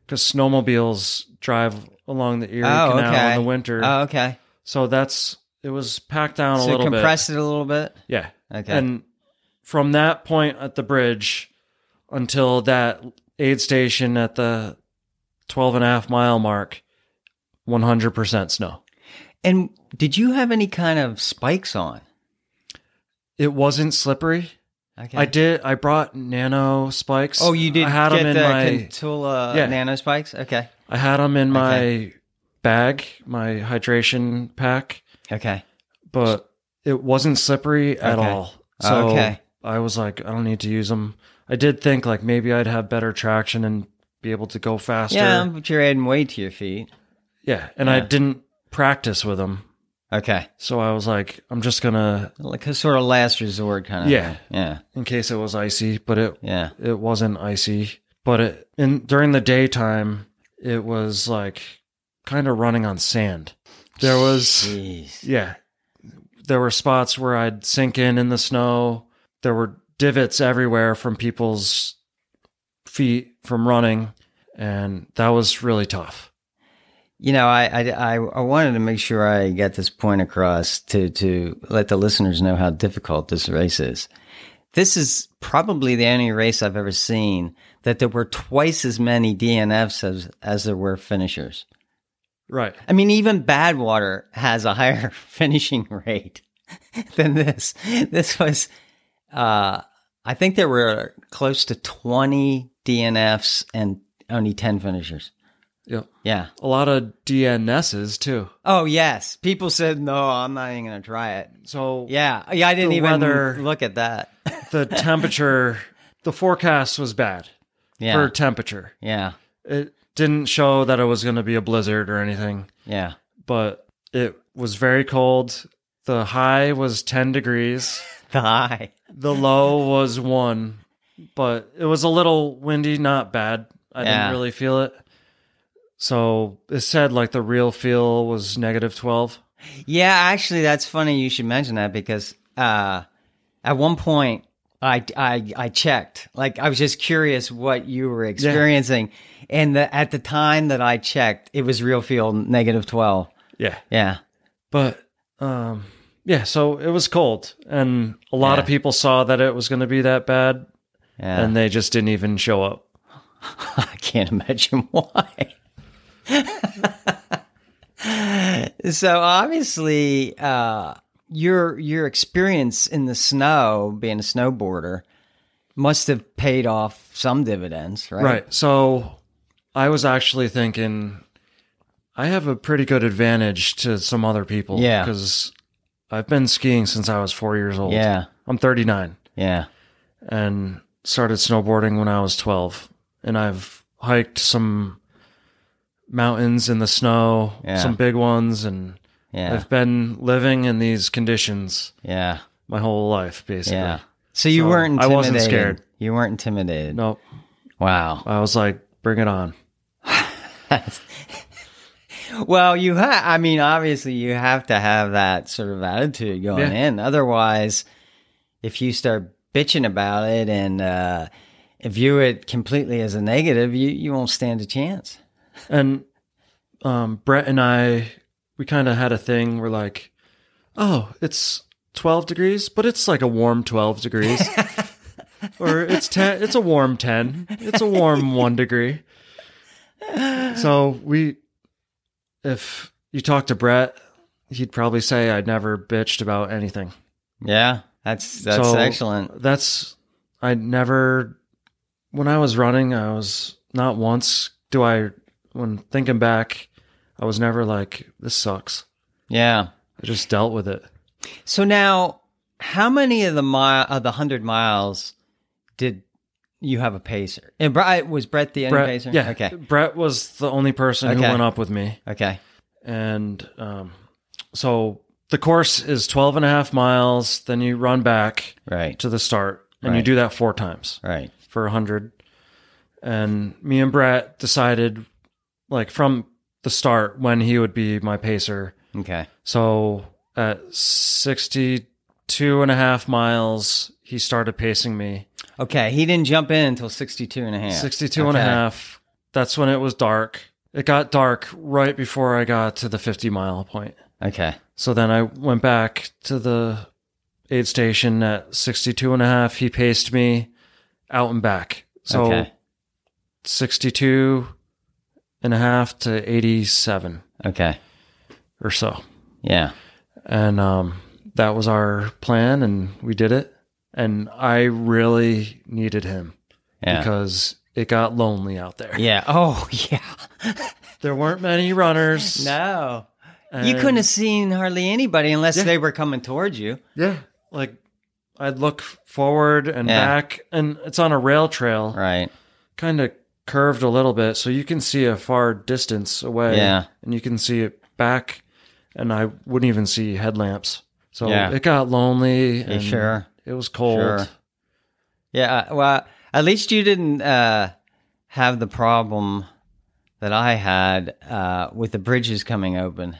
Speaker 2: Because snowmobiles drive along the Erie
Speaker 1: Oh,
Speaker 2: Canal
Speaker 1: okay.
Speaker 2: in the winter.
Speaker 1: Oh, okay.
Speaker 2: so that's, it was packed down a
Speaker 1: So
Speaker 2: little
Speaker 1: compress it a little bit.
Speaker 2: bit. Yeah.
Speaker 1: Okay.
Speaker 2: And from that point at the bridge until that aid station at the 12 and a half mile mark, 100% snow.
Speaker 1: And did you have any kind of spikes on?
Speaker 2: It wasn't slippery.
Speaker 1: Okay.
Speaker 2: I did. I brought nano spikes.
Speaker 1: Oh, you did
Speaker 2: I had
Speaker 1: get
Speaker 2: them in
Speaker 1: the
Speaker 2: my.
Speaker 1: Contula
Speaker 2: Yeah.
Speaker 1: nano spikes. Okay.
Speaker 2: I had 'em in my
Speaker 1: Okay.
Speaker 2: bag, my hydration pack,
Speaker 1: Okay.
Speaker 2: but it wasn't slippery at
Speaker 1: Okay.
Speaker 2: all. So
Speaker 1: Oh, Okay.
Speaker 2: I was like, I don't need to use them. I did think like maybe I'd have better traction and be able to go faster.
Speaker 1: Yeah, but you're adding weight to your feet.
Speaker 2: Yeah, and I
Speaker 1: Yeah.
Speaker 2: didn't practice with them,
Speaker 1: Okay.
Speaker 2: so I was like, I'm just gonna
Speaker 1: Like a sort of last resort kind of.
Speaker 2: Yeah.
Speaker 1: thing. Yeah.
Speaker 2: in case it was icy, but it
Speaker 1: Yeah.
Speaker 2: it wasn't icy. But it in during the daytime, it was like kind of running on sand. There was
Speaker 1: Jeez.
Speaker 2: yeah, there were spots where I'd sink in in the snow. There were divots everywhere from people's feet from running, and that was really tough.
Speaker 1: You know, I, I, I, I wanted to make sure I got this point across to, to let the listeners know how difficult this race is. This is probably the only race I've ever seen that there were twice as many DNFs as, as there were finishers.
Speaker 2: Right.
Speaker 1: I mean, even Badwater has a higher finishing rate than this. This was, uh, I think there were close to 20 DNFs and only 10 finishers.
Speaker 2: Yep.
Speaker 1: Yeah.
Speaker 2: A lot of DNSs too.
Speaker 1: Oh, yes. People said, no, I'm not even going to try it.
Speaker 2: So
Speaker 1: Yeah. Yeah. I didn't
Speaker 2: The
Speaker 1: even
Speaker 2: weather-
Speaker 1: look at that.
Speaker 2: the temperature the forecast was bad
Speaker 1: Yeah.
Speaker 2: for temperature
Speaker 1: yeah.
Speaker 2: it didn't show that it was going to be a blizzard or anything
Speaker 1: Yeah.
Speaker 2: but it was very cold the high was 10 degrees
Speaker 1: The high.
Speaker 2: the low was 1 but it was a little windy not bad i
Speaker 1: Yeah.
Speaker 2: didn't really feel it so it said like the real feel was negative 12
Speaker 1: Yeah, actually, that's funny. You should mention that because uh, at one point, I, I I checked. Like I was just curious what you were experiencing, and the, at the time that I checked, it was real field negative twelve.
Speaker 2: Yeah.
Speaker 1: Yeah,
Speaker 2: But um yeah, so it was cold and a lot of
Speaker 1: Yeah.
Speaker 2: people saw that it was going to be that bad
Speaker 1: yeah.
Speaker 2: and they just didn't even show up.
Speaker 1: I can't imagine why. so obviously, uh, your your experience in the snow, being a snowboarder, must have paid off some dividends, right?
Speaker 2: Right. So I was actually thinking I have a pretty good advantage to some other people
Speaker 1: Yeah.
Speaker 2: cuz I've been skiing since I was 4 years old.
Speaker 1: Yeah.
Speaker 2: I'm 39
Speaker 1: Yeah.
Speaker 2: and started snowboarding when I was 12 and I've hiked some mountains in the snow,
Speaker 1: Yeah.
Speaker 2: some big ones and
Speaker 1: Yeah.
Speaker 2: I've been living in these conditions
Speaker 1: yeah.
Speaker 2: my whole life, basically.
Speaker 1: Yeah. So you
Speaker 2: So
Speaker 1: weren't.
Speaker 2: I wasn't
Speaker 1: intimidated.
Speaker 2: scared.
Speaker 1: You weren't intimidated.
Speaker 2: No,
Speaker 1: Wow.
Speaker 2: I was like, bring it on.
Speaker 1: Well, you ha- I mean, obviously, you have to have that sort of attitude going
Speaker 2: Yeah.
Speaker 1: in. Otherwise, if you start bitching about it and uh, view it completely as a negative, you, you won't stand a chance.
Speaker 2: And um, Brett and I, we kind of had a thing. We're like, oh, it's 12 degrees, but it's like a warm 12 degrees. or it's 10, it's a warm 10, it's a warm one degree. So we, if you talk to Brett, he'd probably say, I'd never bitched about anything.
Speaker 1: Yeah, that's that's
Speaker 2: So-
Speaker 1: excellent.
Speaker 2: that's I never when I was running, I was not once do I when thinking back, I was never like this sucks.
Speaker 1: Yeah.
Speaker 2: I just dealt with it.
Speaker 1: So now, how many of the mile of the hundred miles did you have a pacer? And Brett was Brett the only
Speaker 2: Brett,
Speaker 1: pacer.
Speaker 2: yeah,
Speaker 1: Okay.
Speaker 2: Brett was the only person who
Speaker 1: Okay.
Speaker 2: went up with me,
Speaker 1: Okay.
Speaker 2: and um, so the course is 12 and a half miles. Then you run back
Speaker 1: Right.
Speaker 2: to the start, and you
Speaker 1: Right.
Speaker 2: do that four times.
Speaker 1: Right.
Speaker 2: for a hundred. And me and Brett decided like from the start when he would be my pacer.
Speaker 1: Okay.
Speaker 2: So at 62 and a half miles, he started pacing me.
Speaker 1: Okay, he didn't jump in until 62 and a half.
Speaker 2: 62 and a
Speaker 1: Okay.
Speaker 2: half. That's when it was dark. It got dark right before I got to the 50 mile point.
Speaker 1: Okay.
Speaker 2: So then I went back to the aid station at 62 and a half. He paced me out and back. So
Speaker 1: okay.
Speaker 2: 62 and a half to 87
Speaker 1: Okay.
Speaker 2: or so.
Speaker 1: Yeah.
Speaker 2: And um, that was our plan, and we did it. And I really needed him
Speaker 1: Yeah.
Speaker 2: because it got lonely out there.
Speaker 1: yeah. Oh, yeah.
Speaker 2: There weren't many runners.
Speaker 1: No.
Speaker 2: and-
Speaker 1: you couldn't have seen hardly anybody unless
Speaker 2: Yeah.
Speaker 1: they were coming towards you.
Speaker 2: Yeah. Like, I'd look forward and
Speaker 1: Yeah.
Speaker 2: back, and it's on a rail trail,
Speaker 1: Right.
Speaker 2: kind of curved a little bit, so you can see a far distance away.
Speaker 1: Yeah.
Speaker 2: and you can see it back, and I wouldn't even see headlamps. So
Speaker 1: Yeah.
Speaker 2: it got lonely.
Speaker 1: You
Speaker 2: and
Speaker 1: sure?
Speaker 2: It was cold.
Speaker 1: Sure. Yeah. uh, Well, at least you didn't uh, have the problem that I had uh, with the bridges coming open.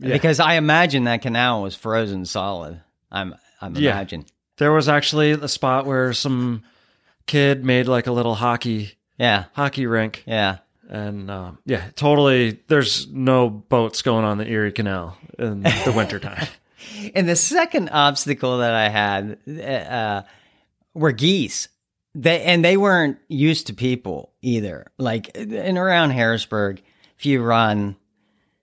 Speaker 2: Yeah.
Speaker 1: Because I imagine that canal was frozen solid. I'm I'm
Speaker 2: Yeah.
Speaker 1: imagine.
Speaker 2: There was actually a spot where some kid made like a little hockey
Speaker 1: Yeah.
Speaker 2: hockey rink,
Speaker 1: Yeah.
Speaker 2: and um, yeah, totally. There's no boats going on the Erie Canal in the wintertime.
Speaker 1: And the second obstacle that I had uh, were geese. They and they weren't used to people either. Like in around Harrisburg, if you run,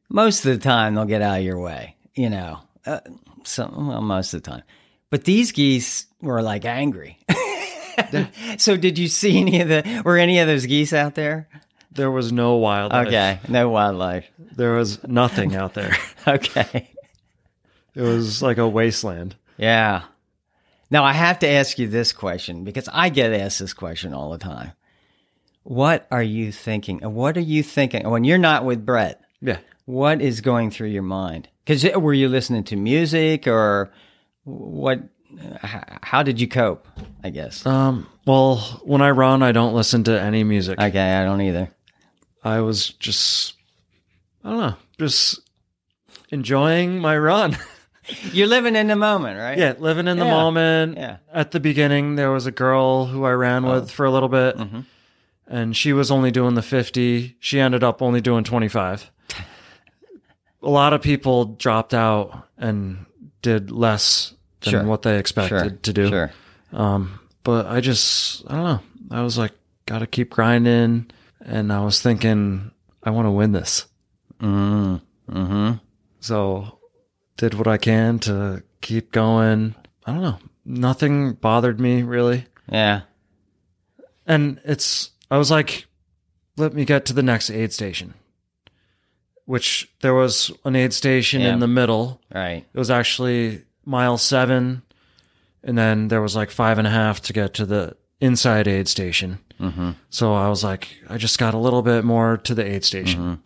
Speaker 1: most of the time they'll get out of your way. You know, uh, some well, most of the time. But these geese were like angry. so did you see any of the were any of those geese out there?
Speaker 2: there was no wildlife.
Speaker 1: Okay, no wildlife.
Speaker 2: there was nothing out there.
Speaker 1: Okay.
Speaker 2: It was like a wasteland.
Speaker 1: Yeah. Now I have to ask you this question because I get asked this question all the time. What are you thinking? What are you thinking when you're not with Brett?
Speaker 2: Yeah.
Speaker 1: What is going through your mind? Because were you listening to music or what? h- How did you cope? I guess.
Speaker 2: Um, well, when I run, I don't listen to any music. I,
Speaker 1: Okay, I don't either.
Speaker 2: was just, I don't know, just enjoying my run.
Speaker 1: You're living in the moment, right?
Speaker 2: yeah, living in the
Speaker 1: Yeah.
Speaker 2: moment.
Speaker 1: Yeah. Oh.
Speaker 2: At the beginning, there was a girl who I ran with for a little bit,
Speaker 1: Mm-hmm.
Speaker 2: and she was only doing the 50. She ended up only doing 25. a lot of people dropped out and did less than
Speaker 1: Sure.
Speaker 2: what they expected
Speaker 1: Sure.
Speaker 2: to do. Um,
Speaker 1: Sure.
Speaker 2: But I just, I don't know. I was like, got to keep grinding. And I was thinking, I want to win this.
Speaker 1: Mm, hmm
Speaker 2: So did what I can to keep going. I don't know. Nothing bothered me really.
Speaker 1: Yeah.
Speaker 2: And it's I was like, let me get to the next aid station. Which there was an aid station
Speaker 1: Yeah.
Speaker 2: in the middle.
Speaker 1: Right.
Speaker 2: It was actually mile seven. And then there was like five and a half to get to the inside aid station.
Speaker 1: hmm
Speaker 2: So I was like, I just got a little bit more to the aid station.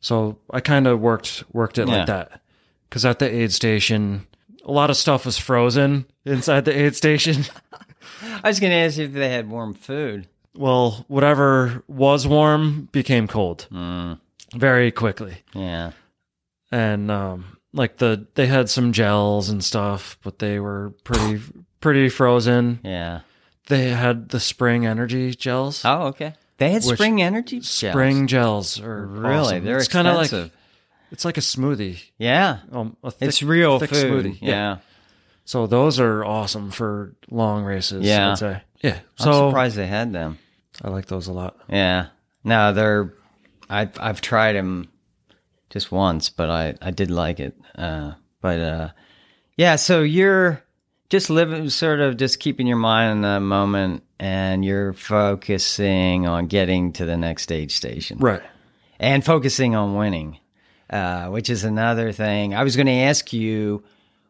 Speaker 2: So I kind of worked worked it
Speaker 1: Mm-hmm. Yeah.
Speaker 2: like that because at the aid station, a lot of stuff was frozen inside the aid station.
Speaker 1: I was going to ask you if they had warm food.
Speaker 2: well, whatever was warm became cold
Speaker 1: Mm,
Speaker 2: very quickly,
Speaker 1: yeah.
Speaker 2: and um, like the they had some gels and stuff, but they were pretty pretty frozen.
Speaker 1: Yeah.
Speaker 2: They had the spring energy gels.
Speaker 1: Oh, okay. They had
Speaker 2: Which-
Speaker 1: spring energy. gels.
Speaker 2: Spring gels are
Speaker 1: Really?
Speaker 2: awesome.
Speaker 1: They're
Speaker 2: it's kind of
Speaker 1: expensive.
Speaker 2: like it's like a smoothie.
Speaker 1: yeah.
Speaker 2: Um, a thick,
Speaker 1: It's real
Speaker 2: thick
Speaker 1: food.
Speaker 2: smoothie.
Speaker 1: Yeah.
Speaker 2: So those are awesome for long races.
Speaker 1: Yeah.
Speaker 2: I'd say. Yeah.
Speaker 1: I'm
Speaker 2: So
Speaker 1: surprised they had them.
Speaker 2: I like those a lot.
Speaker 1: Yeah. No, they're. I've I've tried them just once, but I I did like it. Uh, but uh, yeah. So you're just living, sort of, just keeping your mind in the moment, and you're focusing on getting to the next aid station,
Speaker 2: Right.
Speaker 1: and focusing on winning, uh, which is another thing. I was going to ask you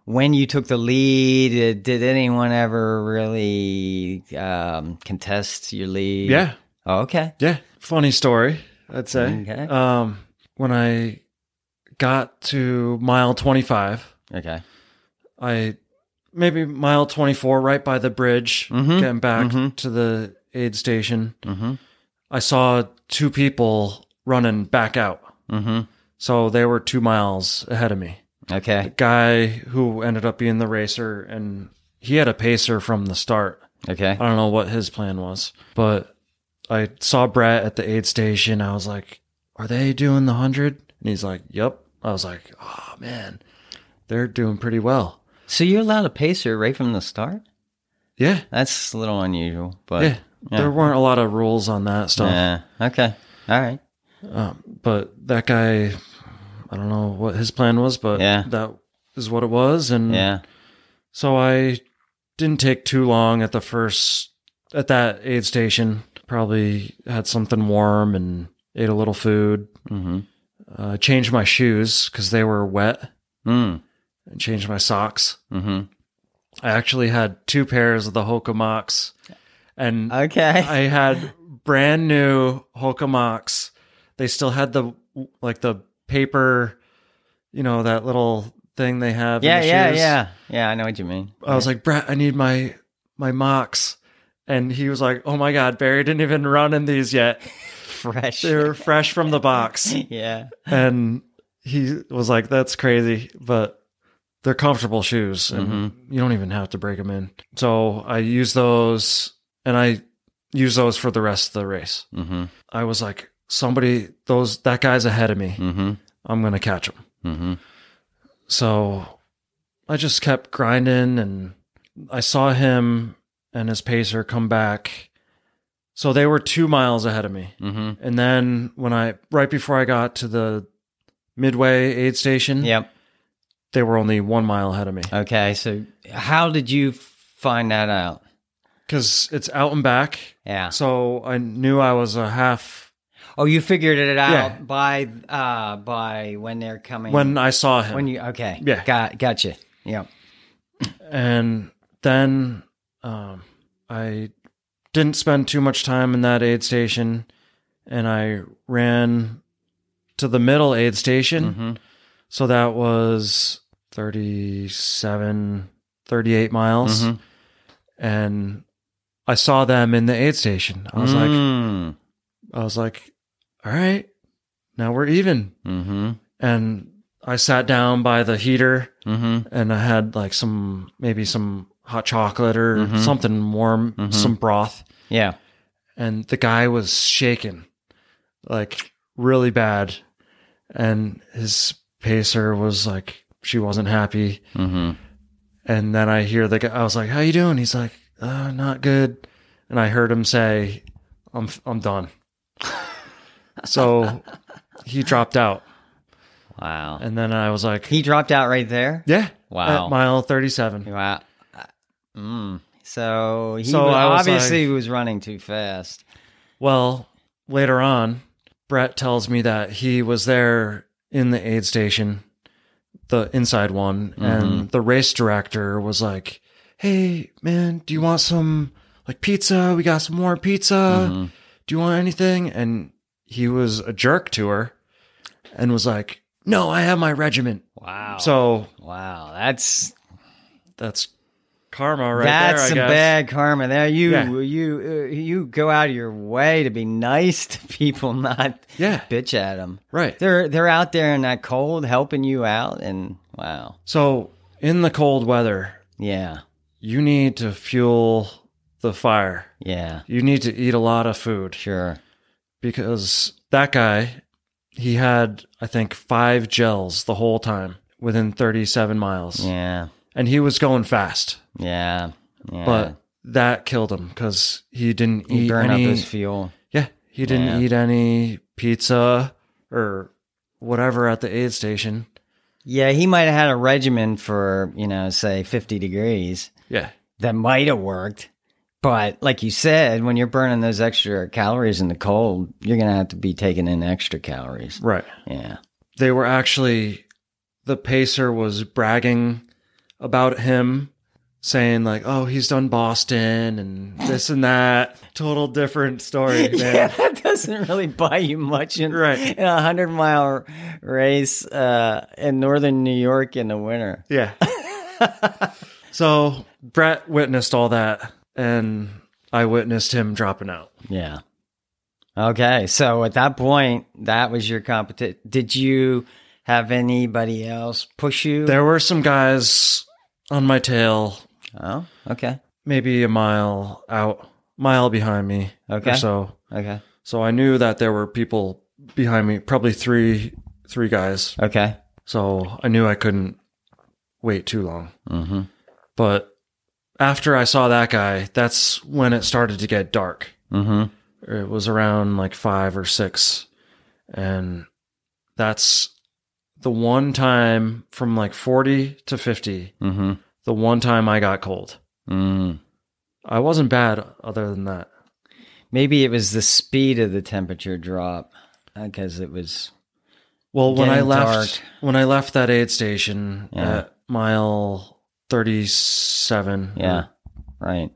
Speaker 1: when you took the lead. uh, Did anyone ever really um, contest your lead?
Speaker 2: Yeah.
Speaker 1: Oh, okay.
Speaker 2: Yeah. Funny story. I'd say.
Speaker 1: Okay.
Speaker 2: Um, when I got to mile 25,
Speaker 1: Okay.
Speaker 2: I maybe mile 24, right by the bridge,
Speaker 1: Mhm.
Speaker 2: getting back
Speaker 1: Mhm.
Speaker 2: to the aid station.
Speaker 1: Mm-hmm.
Speaker 2: I saw two people running back out.
Speaker 1: Mm-hmm.
Speaker 2: So they were two miles ahead of me.
Speaker 1: Okay.
Speaker 2: guy who ended up being the racer and he had a pacer from the start.
Speaker 1: Okay.
Speaker 2: I don't know what his plan was, but I saw Brett at the aid station. I was like, are they doing the 100? And he's like, yep. I was like, oh man, they're doing pretty well.
Speaker 1: So you're allowed a pacer right from the start?
Speaker 2: Yeah.
Speaker 1: That's a little unusual, but
Speaker 2: Yeah. There weren't a lot of rules on that stuff.
Speaker 1: Yeah. Okay. All right.
Speaker 2: Um, but that guy, I don't know what his plan was, but
Speaker 1: Yeah.
Speaker 2: that is what it was. And
Speaker 1: Yeah.
Speaker 2: So I didn't take too long at the first at that aid station. Probably had something warm and ate a little food.
Speaker 1: Mm-hmm.
Speaker 2: Uh, changed my shoes because they were wet,
Speaker 1: Mm.
Speaker 2: and changed my socks.
Speaker 1: Mm-hmm.
Speaker 2: I actually had two pairs of the Hokamox, and
Speaker 1: Okay.
Speaker 2: I had brand new Hokamox. They still had the like the paper, you know, that little thing they have.
Speaker 1: yeah,
Speaker 2: in the
Speaker 1: yeah,
Speaker 2: shoes.
Speaker 1: yeah. Yeah, I know what you mean.
Speaker 2: I was like, Brett, I need my my mocks. And he was like, Oh my god, Barry didn't even run in these yet.
Speaker 1: fresh.
Speaker 2: They were fresh from the box.
Speaker 1: yeah.
Speaker 2: And he was like, That's crazy, but they're comfortable shoes and you don't even have to break them in. So I use those and I use those for the rest of the race.
Speaker 1: Mm-hmm.
Speaker 2: I was like, somebody those that guy's ahead of me.
Speaker 1: Mm-hmm.
Speaker 2: I'm gonna catch him.
Speaker 1: Mm-hmm.
Speaker 2: So I just kept grinding and I saw him and his pacer come back. So they were two miles ahead of me.
Speaker 1: Mm-hmm.
Speaker 2: And then when I, right before I got to the midway aid station,
Speaker 1: Yep.
Speaker 2: they were only one mile ahead of me.
Speaker 1: Okay. So how did you find that out?
Speaker 2: Cause it's out and back.
Speaker 1: Yeah.
Speaker 2: So I knew I was a half
Speaker 1: Oh, you figured it out
Speaker 2: Yeah.
Speaker 1: by uh by when they're coming
Speaker 2: when I saw him.
Speaker 1: when you okay.
Speaker 2: Yeah.
Speaker 1: Got gotcha. Yep.
Speaker 2: and then um, I didn't spend too much time in that aid station, and I ran to the middle aid station.
Speaker 1: Mm-hmm.
Speaker 2: So that was 37, 38 miles.
Speaker 1: Mhm.
Speaker 2: And I saw them in the aid station. I was like,
Speaker 1: mm.
Speaker 2: I was like, all right, now we're even.
Speaker 1: Mm-hmm.
Speaker 2: And I sat down by the heater
Speaker 1: Mm-hmm.
Speaker 2: and I had like some maybe some hot chocolate or
Speaker 1: Mhm.
Speaker 2: something warm,
Speaker 1: Mhm.
Speaker 2: some broth,
Speaker 1: Yeah.
Speaker 2: and the guy was shaking like really bad and his pacer was like she wasn't happy
Speaker 1: Mm-hmm.
Speaker 2: and then I hear the guy. I was like, "How you doing?" He's like, uh, "Not good." And I heard him say, "I'm I'm done." so he dropped out,
Speaker 1: Wow.
Speaker 2: and then I was like,
Speaker 1: he dropped out right there.
Speaker 2: "Yeah,
Speaker 1: Wow.
Speaker 2: at mile thirty-seven."
Speaker 1: Wow. Uh, Mm. So he
Speaker 2: So
Speaker 1: wa-
Speaker 2: I was
Speaker 1: obviously
Speaker 2: like-
Speaker 1: he was running too fast.
Speaker 2: Well, later on, Brett tells me that he was there in the aid station, the inside one,
Speaker 1: Mm-hmm.
Speaker 2: and the race director was like, "Hey, man, do you want some like pizza? We got some more pizza."
Speaker 1: Mhm.
Speaker 2: do you want anything? And he was a jerk to her and was like, no, I have my regiment.
Speaker 1: Wow.
Speaker 2: So
Speaker 1: wow, that's
Speaker 2: that's karma right
Speaker 1: that's
Speaker 2: there, I
Speaker 1: some
Speaker 2: guess.
Speaker 1: bad karma. There you
Speaker 2: Yeah.
Speaker 1: you uh, you go out of your way to be nice to people, not
Speaker 2: yeah,
Speaker 1: bitch at them.
Speaker 2: right.
Speaker 1: They're they're out there in that cold helping you out and wow.
Speaker 2: So in the cold weather,
Speaker 1: Yeah.
Speaker 2: you need to fuel the fire.
Speaker 1: Yeah.
Speaker 2: You need to eat a lot of food
Speaker 1: Sure.
Speaker 2: because that guy, he had, I think, five gels the whole time within 37 miles.
Speaker 1: Yeah.
Speaker 2: And he was going fast,
Speaker 1: Yeah. Yeah.
Speaker 2: but that killed him because he didn't
Speaker 1: he
Speaker 2: eat
Speaker 1: burned
Speaker 2: any
Speaker 1: up his fuel.
Speaker 2: Yeah, he
Speaker 1: Yeah.
Speaker 2: didn't eat any pizza or whatever at the aid station.
Speaker 1: Yeah, he might have had a regimen for, you know, say 50 degrees.
Speaker 2: Yeah.
Speaker 1: that might have worked. But like you said, when you're burning those extra calories in the cold, you're going to have to be taking in extra calories.
Speaker 2: Right.
Speaker 1: Yeah.
Speaker 2: They were actually the pacer was bragging about him saying like, "Oh, he's done Boston and this and that." Total different story, man.
Speaker 1: Yeah, that doesn't really buy you much in,
Speaker 2: Right.
Speaker 1: in a 100 mile race uh, in northern New York in the winter.
Speaker 2: Yeah. so, Brett witnessed all that and I witnessed him dropping out.
Speaker 1: Yeah. Okay. So at that point, that was your competition. Did you have anybody else push you?
Speaker 2: There were some guys on my tail
Speaker 1: Oh, okay.
Speaker 2: maybe a mile out, mile behind me.
Speaker 1: Okay.
Speaker 2: Or so
Speaker 1: Okay.
Speaker 2: so I knew that there were people behind me, probably three three guys.
Speaker 1: Okay.
Speaker 2: So I knew I couldn't wait too long.
Speaker 1: Mm-hmm.
Speaker 2: But after I saw that guy, that's when it started to get dark.
Speaker 1: Mm-hmm.
Speaker 2: It was around like five or six, and that's the one time from like forty to fifty.
Speaker 1: Mm-hmm.
Speaker 2: The one time I got cold.
Speaker 1: Mm.
Speaker 2: I wasn't bad other than that.
Speaker 1: Maybe it was the speed of the temperature drop because it was.
Speaker 2: Well, when I
Speaker 1: Getting
Speaker 2: left
Speaker 1: dark.
Speaker 2: when I left that aid station
Speaker 1: Yeah.
Speaker 2: at mile thirty-seven,
Speaker 1: Yeah. Right.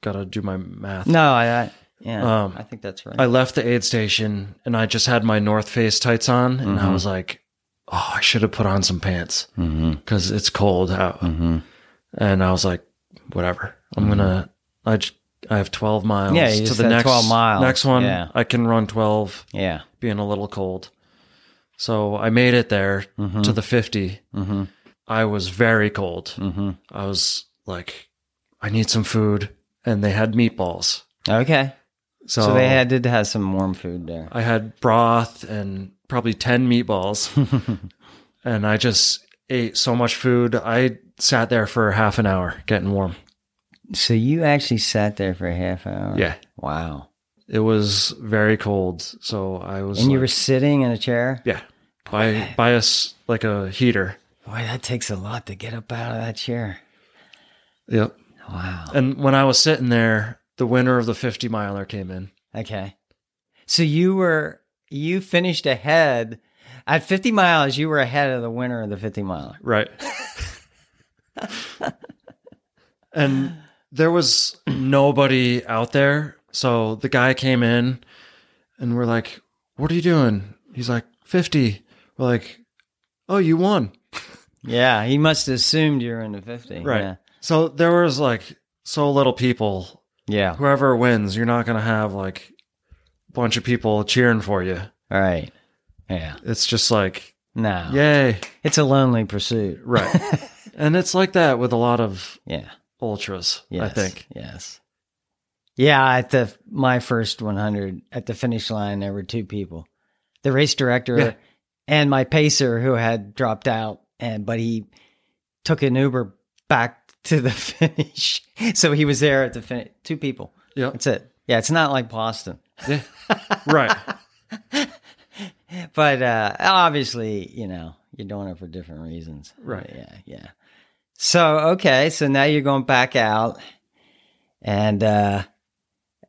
Speaker 2: gotta do my math.
Speaker 1: No, I. I yeah.
Speaker 2: Um,
Speaker 1: Uh, I think that's right.
Speaker 2: I left the aid station and I just had my North Face tights on, and I
Speaker 1: Mhm.
Speaker 2: was like, "Oh, I should have put on some pants
Speaker 1: mm-hmm.
Speaker 2: because it's cold out."
Speaker 1: Mm-hmm.
Speaker 2: And I was like, "Whatever, I'm
Speaker 1: Mhm.
Speaker 2: gonna I j- I have twelve miles
Speaker 1: Yeah, you
Speaker 2: to
Speaker 1: just
Speaker 2: the
Speaker 1: had
Speaker 2: next
Speaker 1: 12 miles.
Speaker 2: next one.
Speaker 1: Yeah.
Speaker 2: I can run twelve,
Speaker 1: Yeah.
Speaker 2: being a little cold." So I made it there
Speaker 1: Mm-hmm.
Speaker 2: to the fifty.
Speaker 1: mm-hmm.
Speaker 2: I was very cold.
Speaker 1: Mm-hmm.
Speaker 2: I was like, I need some food, and they had meatballs.
Speaker 1: Okay.
Speaker 2: So,
Speaker 1: So, they had did have some warm food there.
Speaker 2: I had broth and probably ten meatballs, and I just ate so much food. I sat there for half an hour getting warm.
Speaker 1: so you actually sat there for a half hour.
Speaker 2: Yeah,
Speaker 1: Wow.
Speaker 2: it was very cold, so I was.
Speaker 1: And you
Speaker 2: like-
Speaker 1: were sitting in a chair.
Speaker 2: yeah by by us like a heater.
Speaker 1: Boy, that takes a lot to get up out of that chair.
Speaker 2: Yep.
Speaker 1: Wow.
Speaker 2: And when I was sitting there, the winner of the fifty miler came in.
Speaker 1: Okay. So you were you finished ahead at 50 miles. You were ahead of the winner of the 50 miler.
Speaker 2: Right. and there was nobody out there. So the guy came in and we're like, What are you doing? He's like, 50. We're like, Oh, you won.
Speaker 1: Yeah, he must have assumed you were in the 50.
Speaker 2: Right.
Speaker 1: Yeah.
Speaker 2: So there was like so little people.
Speaker 1: yeah.
Speaker 2: Whoever wins, you're not going to have like a bunch of people cheering for you.
Speaker 1: All right. Yeah.
Speaker 2: It's just like
Speaker 1: No.
Speaker 2: Yay.
Speaker 1: It's a lonely pursuit.
Speaker 2: Right. and it's like that with a lot of
Speaker 1: Yeah.
Speaker 2: ultras,
Speaker 1: Yes.
Speaker 2: I think.
Speaker 1: Yes. Yeah, at the my first 100 at the finish line there were two people. The race director
Speaker 2: Yeah.
Speaker 1: and my pacer who had dropped out and but he took an Uber back to the finish. so he was there at the finish. Two people.
Speaker 2: Yep.
Speaker 1: That's it. Yeah, it's not like Boston.
Speaker 2: Yeah. right.
Speaker 1: But uh obviously, you know, you're doing it for different reasons.
Speaker 2: Right.
Speaker 1: Yeah, yeah. So okay, so now you're going back out, and uh,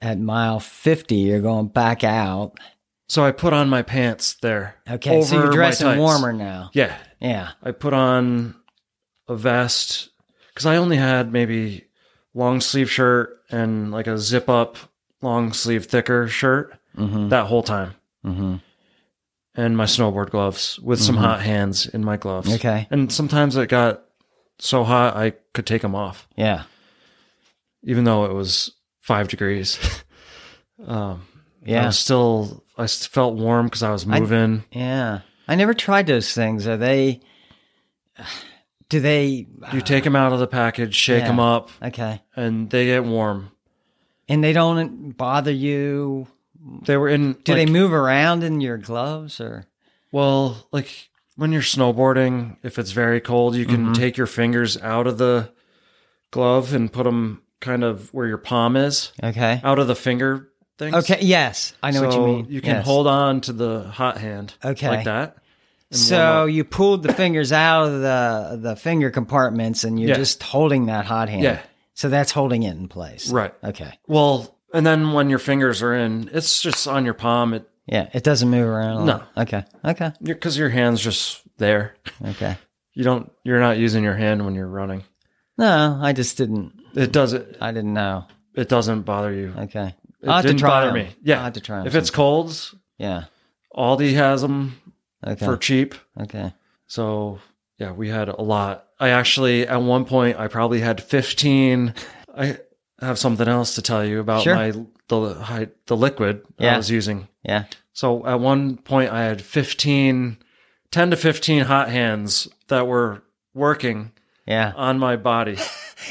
Speaker 1: at mile fifty, you're going back out.
Speaker 2: So I put on my pants there.
Speaker 1: Okay, so
Speaker 2: over
Speaker 1: you're
Speaker 2: my
Speaker 1: dressing
Speaker 2: tights.
Speaker 1: warmer now.
Speaker 2: Yeah.
Speaker 1: Yeah,
Speaker 2: I put on a vest because I only had maybe long sleeve shirt and like a zip up long sleeve thicker shirt
Speaker 1: mm-hmm.
Speaker 2: that whole time.
Speaker 1: Mm-hmm.
Speaker 2: And my snowboard gloves with some
Speaker 1: Mhm.
Speaker 2: hot hands in my gloves.
Speaker 1: okay,
Speaker 2: And sometimes it got so hot I could take them off,
Speaker 1: yeah,
Speaker 2: even though it was five degrees. um, I
Speaker 1: yeah,
Speaker 2: was still, I s- felt warm because I was
Speaker 1: I-
Speaker 2: moving.
Speaker 1: yeah. I never tried those things. Are they? Do they?
Speaker 2: you take them out of the package, shake
Speaker 1: Yeah.
Speaker 2: them up,
Speaker 1: Okay,
Speaker 2: and they get warm.
Speaker 1: and they don't bother you.
Speaker 2: They were in.
Speaker 1: Do
Speaker 2: like-
Speaker 1: they move around in your gloves or?
Speaker 2: Well, like when you're snowboarding, if it's very cold, you can
Speaker 1: Mhm.
Speaker 2: take your fingers out of the glove and put them kind of where your palm is,
Speaker 1: Okay.
Speaker 2: out of the finger things.
Speaker 1: Okay. Yes, I know what you
Speaker 2: So
Speaker 1: mean.
Speaker 2: You can
Speaker 1: Yes.
Speaker 2: hold on to the hot hand
Speaker 1: Okay.
Speaker 2: like that. and
Speaker 1: So
Speaker 2: warm up.
Speaker 1: you pulled the fingers out of the the finger compartments, and you're
Speaker 2: Yeah.
Speaker 1: just holding that hot hand.
Speaker 2: Yeah.
Speaker 1: So that's holding it in place.
Speaker 2: right.
Speaker 1: Okay.
Speaker 2: Well, and then when your fingers are in, it's just on your palm. It
Speaker 1: Yeah. It doesn't move around. a
Speaker 2: No.
Speaker 1: lot. Okay. Okay.
Speaker 2: because your hands just there.
Speaker 1: Okay.
Speaker 2: You don't. You're not using your hand when you're running.
Speaker 1: No, I just didn't.
Speaker 2: It doesn't.
Speaker 1: I didn't know.
Speaker 2: It doesn't bother you.
Speaker 1: Okay.
Speaker 2: It
Speaker 1: I'll have
Speaker 2: didn't
Speaker 1: to try
Speaker 2: bother
Speaker 1: them.
Speaker 2: me. Yeah.
Speaker 1: I'll have to try them.
Speaker 2: If it's cold,
Speaker 1: yeah.
Speaker 2: Aldi has them
Speaker 1: Okay.
Speaker 2: for cheap.
Speaker 1: okay.
Speaker 2: So yeah, we had a lot. I actually at one point I probably had fifteen. I have something else to tell you about
Speaker 1: Sure.
Speaker 2: my the hi- the liquid
Speaker 1: Yeah.
Speaker 2: I was using.
Speaker 1: Yeah.
Speaker 2: So at one point I had 15, 10 to fifteen hot hands that were working
Speaker 1: Yeah.
Speaker 2: on my body.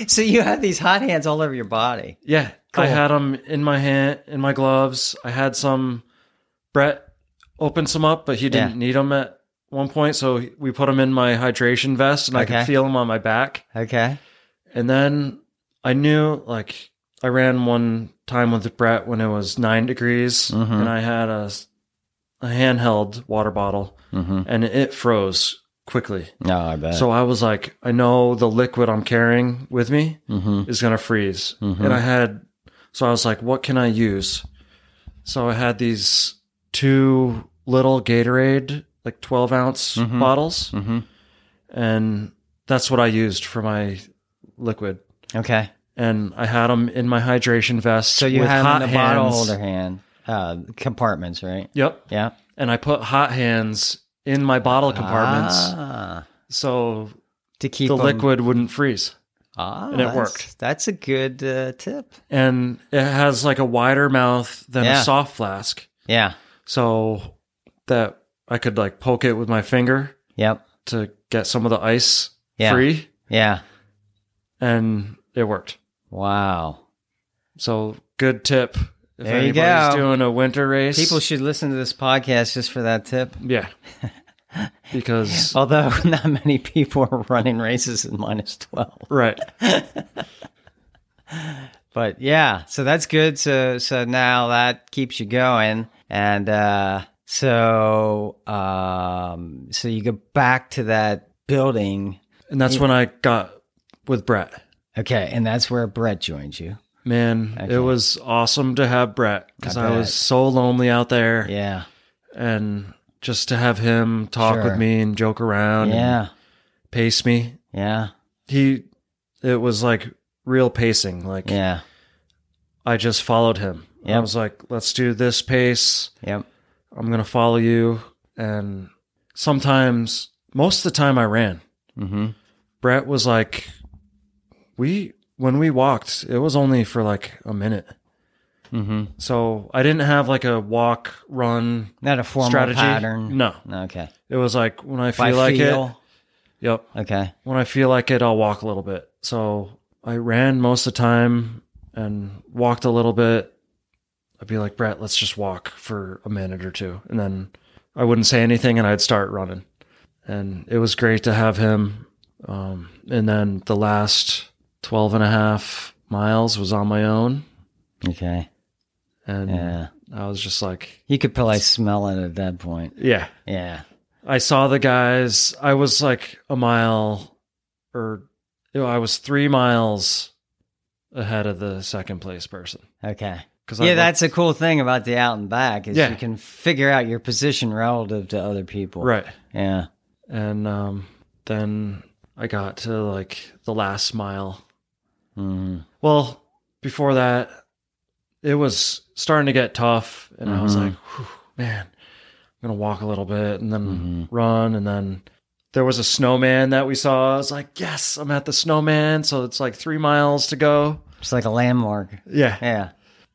Speaker 1: So you have these hot hands all over your body.
Speaker 2: Yeah,
Speaker 1: Cool.
Speaker 2: I had them in my hand in my gloves. I had some. Brett opened some up, but he didn't
Speaker 1: Yeah.
Speaker 2: need them at one point, so we put them in my hydration vest, and I
Speaker 1: Okay.
Speaker 2: could feel them on my back.
Speaker 1: Okay.
Speaker 2: And then I knew, like, I ran one time with Brett when it was nine degrees,
Speaker 1: Mhm.
Speaker 2: and I had a, s- a handheld water bottle,
Speaker 1: Mm-hmm.
Speaker 2: and it froze quickly.
Speaker 1: No, I bet.
Speaker 2: So I was like, I know the liquid I'm carrying with me
Speaker 1: mm-hmm.
Speaker 2: is going to freeze.
Speaker 1: Mhm.
Speaker 2: And I had, so I was like, what can I use? So I had these two little Gatorade, like 12 ounce
Speaker 1: Mhm.
Speaker 2: bottles,
Speaker 1: Mm-hmm.
Speaker 2: and that's what I used for my liquid
Speaker 1: Okay.
Speaker 2: and I had them in my hydration vest.
Speaker 1: So you
Speaker 2: with
Speaker 1: have
Speaker 2: hot
Speaker 1: them in the bottle
Speaker 2: hands.
Speaker 1: holder hand uh, compartments, right?
Speaker 2: Yep,
Speaker 1: Yeah.
Speaker 2: and I put hot hands in my bottle compartments
Speaker 1: Ah,
Speaker 2: so
Speaker 1: to keep
Speaker 2: the
Speaker 1: them-
Speaker 2: liquid wouldn't freeze.
Speaker 1: Ah,
Speaker 2: and it
Speaker 1: that's-
Speaker 2: worked.
Speaker 1: That's a good uh, tip.
Speaker 2: And it has like a wider mouth than
Speaker 1: Yeah.
Speaker 2: a soft flask,
Speaker 1: Yeah.
Speaker 2: so that I could like poke it with my finger
Speaker 1: Yep.
Speaker 2: to get some of the ice
Speaker 1: Yeah.
Speaker 2: free,
Speaker 1: Yeah.
Speaker 2: and it worked.
Speaker 1: Wow.
Speaker 2: So good tip. If
Speaker 1: There you
Speaker 2: anybody's
Speaker 1: go.
Speaker 2: doing a winter race,
Speaker 1: People should listen to this podcast just for that tip.
Speaker 2: yeah, because
Speaker 1: Although not many people are running races in minus 12.
Speaker 2: right,
Speaker 1: But yeah, so that's good. So so now that keeps you going and uh so um so you go back to that building.
Speaker 2: and that's when I got with Brett.
Speaker 1: Okay, and that's where Brett joins you.
Speaker 2: Man,
Speaker 1: Okay.
Speaker 2: it was awesome to have Brett because
Speaker 1: I
Speaker 2: I,
Speaker 1: bet.
Speaker 2: was so lonely out there,
Speaker 1: Yeah.
Speaker 2: and just to have him talk
Speaker 1: Sure.
Speaker 2: with me and joke around, and
Speaker 1: Yeah.
Speaker 2: pace me.
Speaker 1: Yeah.
Speaker 2: He, it was like real pacing. Like
Speaker 1: Yeah.
Speaker 2: I just followed him. I
Speaker 1: Yep.
Speaker 2: was like, "Let's do this pace.
Speaker 1: Yep.
Speaker 2: I'm gonna follow you." And sometimes, most of the time, I ran.
Speaker 1: Mm-hmm.
Speaker 2: Brett was like, "We." When we walked, it was only for like a minute.
Speaker 1: hmm
Speaker 2: So I didn't have like a walk, run
Speaker 1: Not a formal
Speaker 2: strategy.
Speaker 1: pattern.
Speaker 2: No.
Speaker 1: Okay.
Speaker 2: It was like when I feel
Speaker 1: By
Speaker 2: like it.
Speaker 1: feel.
Speaker 2: Yep.
Speaker 1: Okay.
Speaker 2: When I feel like it, I'll walk a little bit. So I ran most of the time and walked a little bit. I'd be like, Brett, let's just walk for a minute or two. And then I wouldn't say anything and I'd start running. And it was great to have him. Um, and then the last 12 and a half miles was on my own.
Speaker 1: Okay.
Speaker 2: And
Speaker 1: Yeah.
Speaker 2: I was just like,
Speaker 1: You could probably smell it at that point.
Speaker 2: yeah,
Speaker 1: Yeah.
Speaker 2: I saw the guys. I was like a mile or you know, I was three miles ahead of the second place person.
Speaker 1: Okay.
Speaker 2: Cause
Speaker 1: Yeah,
Speaker 2: I,
Speaker 1: that's a cool thing about the out and back is
Speaker 2: Yeah.
Speaker 1: you can figure out your position relative to other people.
Speaker 2: right.
Speaker 1: Yeah.
Speaker 2: And um, then I got to like the last mile.
Speaker 1: Mhm.
Speaker 2: Well, before that, it was starting to get tough. And I was
Speaker 1: Mhm.
Speaker 2: like, Whew, man, I'm going to walk a little bit and then
Speaker 1: Mhm.
Speaker 2: run. And then there was a snowman that we saw. I was like, yes, I'm at the snowman. So it's like three miles to go.
Speaker 1: It's like a landmark.
Speaker 2: Yeah.
Speaker 1: Yeah.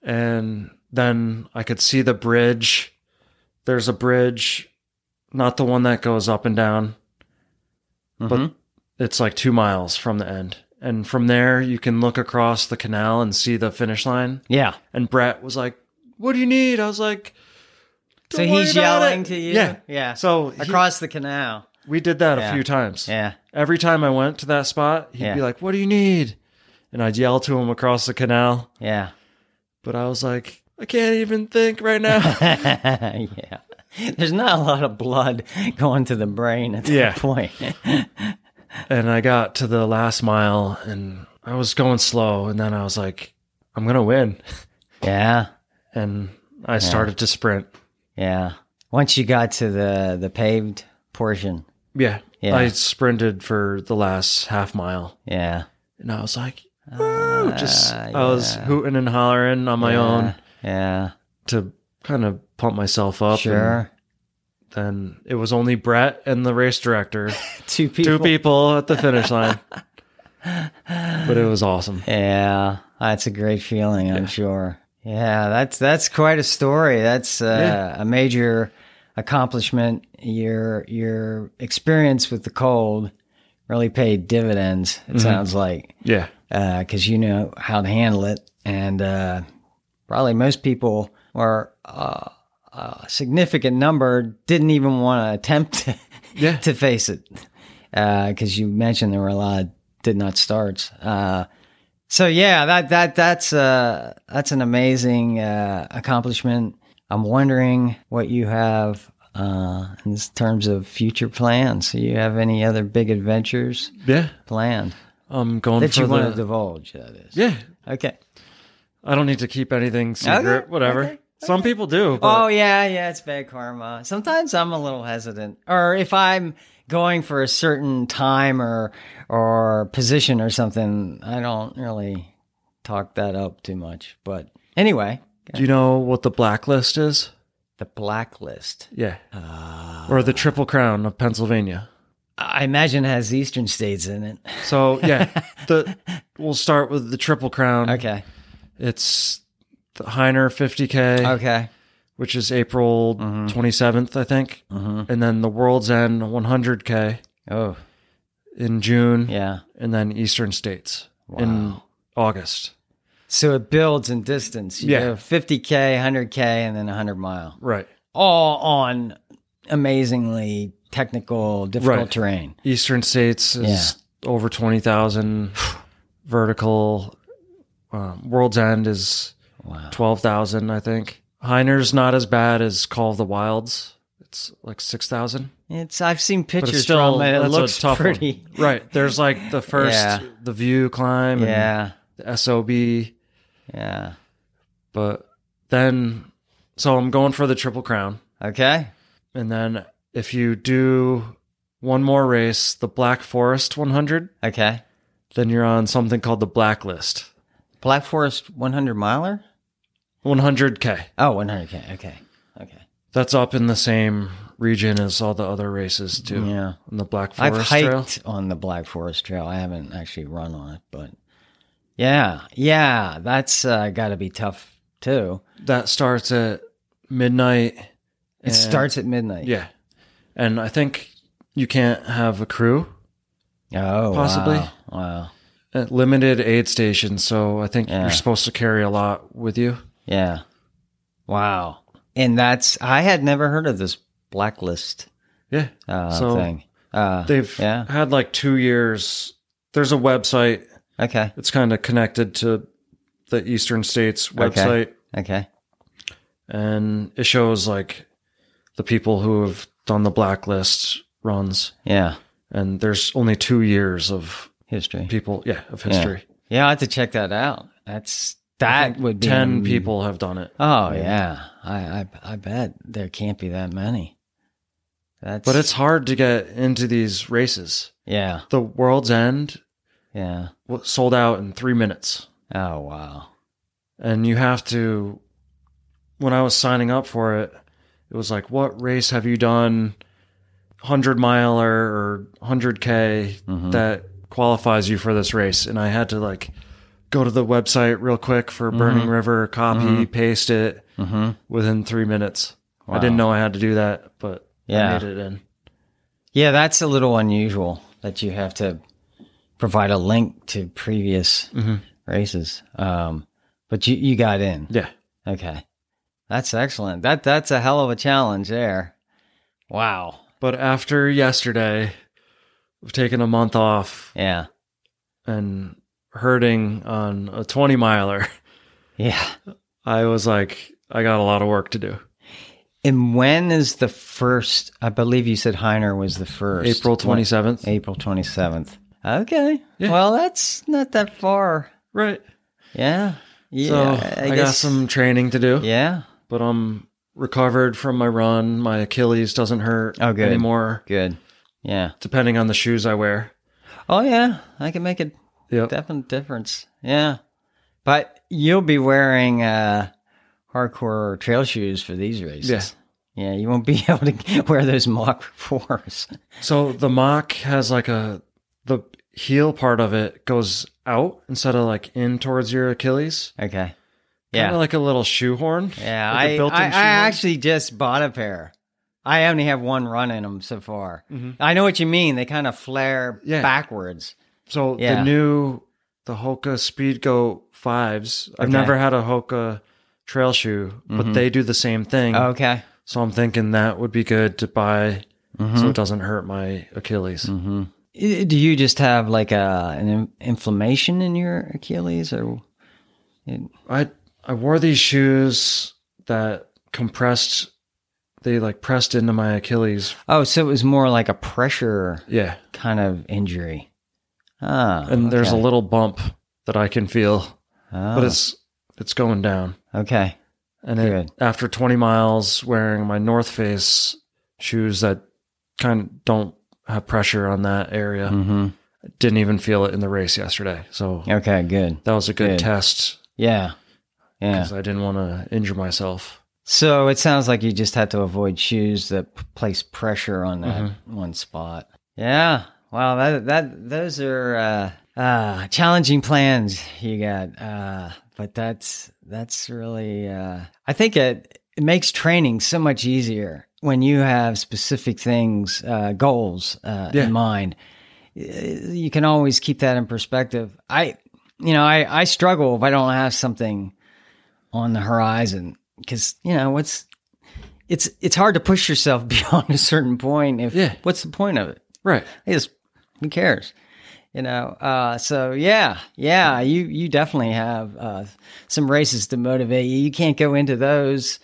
Speaker 2: and then I could see the bridge. There's a bridge, not the one that goes up and down.
Speaker 1: Mhm.
Speaker 2: It's like two miles from the end. And from there, you can look across the canal and see the finish line.
Speaker 1: yeah.
Speaker 2: And Brett was like, What do you need? I was like, "Don't
Speaker 1: So
Speaker 2: worry
Speaker 1: he's
Speaker 2: about
Speaker 1: yelling
Speaker 2: it."
Speaker 1: to you.
Speaker 2: Yeah.
Speaker 1: Yeah.
Speaker 2: So he-
Speaker 1: Across the canal.
Speaker 2: we did that
Speaker 1: Yeah.
Speaker 2: a few times.
Speaker 1: Yeah.
Speaker 2: Every time I went to that spot, he'd
Speaker 1: Yeah.
Speaker 2: be like, What do you need? And I'd yell to him across the canal.
Speaker 1: Yeah.
Speaker 2: But I was like, I can't even think right now.
Speaker 1: yeah. There's not a lot of blood going to the brain at that
Speaker 2: Yeah.
Speaker 1: point.
Speaker 2: and I got to the last mile and I was going slow and then I was like, I'm gonna win.
Speaker 1: yeah.
Speaker 2: And I started to sprint.
Speaker 1: Yeah. Once you got to the the paved portion.
Speaker 2: Yeah.
Speaker 1: Yeah.
Speaker 2: I sprinted for the last half mile
Speaker 1: Yeah.
Speaker 2: and I was like, Woo! just
Speaker 1: Ah,
Speaker 2: I was
Speaker 1: yeah.
Speaker 2: hooting and hollering on my
Speaker 1: yeah.
Speaker 2: own
Speaker 1: Yeah.
Speaker 2: to kind of pump myself up.
Speaker 1: Sure.
Speaker 2: And then it was only Brett and the race director,
Speaker 1: Two people.
Speaker 2: two people at the finish line. but it was awesome.
Speaker 1: Yeah. That's a great feeling, I'm sure. Yeah, that's that's quite a story. That's uh,
Speaker 2: Yeah.
Speaker 1: a major accomplishment. Your your experience with the cold really paid dividends.
Speaker 2: Mm-hmm.
Speaker 1: It sounds like.
Speaker 2: Yeah.
Speaker 1: because uh, you know how to handle it. And uh, probably most people, or uh, a significant number, didn't even want to attempt to,
Speaker 2: Yeah.
Speaker 1: to face it. Because you mentioned there were a lot of did not starts. Uh, so yeah, that that that's uh, that's an amazing uh, accomplishment. I'm wondering what you have uh, in terms of future plans. Do you have any other big adventures
Speaker 2: Yeah.
Speaker 1: planned
Speaker 2: I'm going
Speaker 1: that
Speaker 2: Um, for
Speaker 1: you
Speaker 2: the
Speaker 1: want to divulge? That is.
Speaker 2: Yeah.
Speaker 1: Okay.
Speaker 2: I don't need to keep anything secret,
Speaker 1: Okay,
Speaker 2: whatever.
Speaker 1: okay,
Speaker 2: Some people do.
Speaker 1: Oh
Speaker 2: But
Speaker 1: yeah, yeah, it's bad karma. Sometimes I'm a little hesitant, or if I'm going for a certain time or or position or something, I don't really talk that up too much. But anyway,
Speaker 2: do you know what the blacklist is?
Speaker 1: the blacklist.
Speaker 2: Yeah.
Speaker 1: Uh,
Speaker 2: Or the Triple Crown of Pennsylvania.
Speaker 1: I imagine it has Eastern states in it.
Speaker 2: So, yeah, the we'll start with the Triple Crown.
Speaker 1: Okay.
Speaker 2: It's the Heiner 50K,
Speaker 1: Okay.
Speaker 2: which is April
Speaker 1: Mm-hmm.
Speaker 2: 27th, I think.
Speaker 1: Mhm.
Speaker 2: And then the World's End 100K
Speaker 1: Oh
Speaker 2: in June.
Speaker 1: yeah.
Speaker 2: And then Eastern States in August.
Speaker 1: So it builds in distance. You
Speaker 2: Yeah.
Speaker 1: yeah. 50k, 100k, and then 100 mile.
Speaker 2: Right.
Speaker 1: all on amazingly technical, difficult
Speaker 2: Right.
Speaker 1: terrain.
Speaker 2: Eastern states is over 20,000 vertical. Um, World's End is
Speaker 1: Wow.
Speaker 2: 12,000, I think. Heiner's not as bad as Call of the Wilds. It's like 6,000.
Speaker 1: It's I've seen
Speaker 2: But
Speaker 1: pictures
Speaker 2: it's still,
Speaker 1: from it. It
Speaker 2: that's a
Speaker 1: looks
Speaker 2: tough one.
Speaker 1: pretty.
Speaker 2: Right. There's like the first,
Speaker 1: Yeah.
Speaker 2: the view climb and
Speaker 1: Yeah.
Speaker 2: the SOB.
Speaker 1: Yeah.
Speaker 2: But then, so I'm going for the Triple Crown.
Speaker 1: Okay.
Speaker 2: And then if you do one more race, the Black Forest 100,
Speaker 1: Okay.
Speaker 2: then you're on something called the Blacklist.
Speaker 1: Black Forest 100 miler?
Speaker 2: 100K.
Speaker 1: Oh, 100k. Okay. Okay.
Speaker 2: That's up in the same region as all the other races too.
Speaker 1: Yeah.
Speaker 2: On the Black
Speaker 1: I've
Speaker 2: Forest Trail.
Speaker 1: hiked on the Black Forest Trail. I haven't actually run on it, but yeah. Yeah, that's uh, got to be tough too.
Speaker 2: That starts at midnight.
Speaker 1: It starts at midnight.
Speaker 2: Yeah. And I think you can't have a crew.
Speaker 1: Oh,
Speaker 2: Possibly.
Speaker 1: Wow. wow.
Speaker 2: Uh, Limited aid stations, so I think
Speaker 1: Yeah.
Speaker 2: you're supposed to carry a lot with you.
Speaker 1: Yeah. Wow. And that's I had never heard of this blacklist
Speaker 2: Yeah.
Speaker 1: uh,
Speaker 2: So,
Speaker 1: thing. Uh,
Speaker 2: They've
Speaker 1: Yeah.
Speaker 2: had like two years. There's a website.
Speaker 1: okay.
Speaker 2: It's kind of connected to the Eastern States website,
Speaker 1: Okay.
Speaker 2: and it shows like the people who have done the blacklist runs.
Speaker 1: Yeah.
Speaker 2: And there's only two years of
Speaker 1: History.
Speaker 2: people, yeah, of history.
Speaker 1: Yeah, I have to check that out. That's
Speaker 2: I
Speaker 1: that
Speaker 2: think
Speaker 1: would be
Speaker 2: ten people have done it,
Speaker 1: Oh yeah, I, I I bet there can't be that many. That's
Speaker 2: but it's hard to get into these races.
Speaker 1: yeah
Speaker 2: The World's End
Speaker 1: yeah.
Speaker 2: w- sold out in three minutes.
Speaker 1: Oh wow.
Speaker 2: and you have to when i was signing up for it it was like what race have you done 100 miler or 100k
Speaker 1: Mhm.
Speaker 2: that qualifies you for this race and i had to like go to the website real quick for burning river copy paste it
Speaker 1: Mm-hmm.
Speaker 2: within three minutes
Speaker 1: Wow.
Speaker 2: i didn't know i had to do that but
Speaker 1: Yeah.
Speaker 2: i made it in
Speaker 1: Yeah, that's a little unusual that you have to provide a link to previous
Speaker 2: Mhm.
Speaker 1: races. Um, but you you got in.
Speaker 2: yeah
Speaker 1: Okay. That's excellent. That that's a hell of a challenge there. Wow.
Speaker 2: but after yesterday i've taken a month off
Speaker 1: Yeah.
Speaker 2: and herding on a 20 miler
Speaker 1: Yeah.
Speaker 2: I was like, I got a lot of work to do.
Speaker 1: And when is the first I believe you said Heiner was the first.
Speaker 2: April
Speaker 1: When-
Speaker 2: 27th.
Speaker 1: April 27th. Okay.
Speaker 2: Yeah.
Speaker 1: Well, that's not that far.
Speaker 2: Right.
Speaker 1: Yeah. Yeah.
Speaker 2: so I, got some training to do,
Speaker 1: Yeah.
Speaker 2: but I'm recovered from my run. My Achilles doesn't hurt
Speaker 1: Oh, good.
Speaker 2: anymore,
Speaker 1: Good. Yeah.
Speaker 2: depending on the shoes I wear.
Speaker 1: Oh, yeah. I can make a
Speaker 2: Yep.
Speaker 1: definite difference. Yeah. But you'll be wearing uh, hardcore trail shoes for these races. Yeah. You won't be able to wear those mock fours.
Speaker 2: so the mock has like a, the heel part of it goes out instead of like in towards your Achilles.
Speaker 1: Okay.
Speaker 2: Kind
Speaker 1: Yeah.
Speaker 2: of like a little shoehorn.
Speaker 1: Yeah.
Speaker 2: like a
Speaker 1: I,
Speaker 2: built-in
Speaker 1: I, I
Speaker 2: shoehorn.
Speaker 1: actually just bought a pair. I only have one run in them so far.
Speaker 2: Mhm.
Speaker 1: I know what you mean. They kind of flare
Speaker 2: Yeah.
Speaker 1: backwards.
Speaker 2: So
Speaker 1: Yeah.
Speaker 2: the new the Hoka Speed Go fives. I've
Speaker 1: Okay. Mm-hmm.
Speaker 2: never had a Hoka trail shoe, but they do the same thing.
Speaker 1: Okay.
Speaker 2: So I'm thinking that would be good to buy
Speaker 1: Mm-hmm.
Speaker 2: so it doesn't hurt my Achilles.
Speaker 1: I- Do you just have like a an in- inflammation in your Achilles, or Mm-hmm.
Speaker 2: I I wore these shoes that compressed they like pressed into my Achilles.
Speaker 1: oh, so it was more like a pressure
Speaker 2: Yeah.
Speaker 1: kind of injury. Ah,
Speaker 2: And there's a
Speaker 1: okay.
Speaker 2: little bump that I can feel,
Speaker 1: Ah,
Speaker 2: but it's it's going down.
Speaker 1: Oh, okay.
Speaker 2: And it-
Speaker 1: Good.
Speaker 2: after 20 miles wearing my North Face shoes that kind of don't have pressure on that area,
Speaker 1: hmm
Speaker 2: didn't even feel it in the race yesterday. So
Speaker 1: Okay, good.
Speaker 2: that was a good
Speaker 1: Good.
Speaker 2: test
Speaker 1: Yeah, yeah.
Speaker 2: because I didn't want to injure myself.
Speaker 1: So it sounds like you just had to avoid shoes that p- place pressure on that one spot. Yeah. Wow. That that those are uh, uh, challenging plans you got. Uh, but that's that's really. Uh, I think it it makes training so much easier when you have specific things, uh, goals uh,
Speaker 2: Yeah.
Speaker 1: in mind. Y- You can always keep that in perspective. I, you know, I I struggle if I don't have something on the horizon because you know what's it's it's hard to push yourself beyond a certain point if
Speaker 2: Yeah.
Speaker 1: what's the point of it
Speaker 2: Right.
Speaker 1: it's who cares you know uh so yeah yeah you you definitely have uh some races to motivate you you can't go into those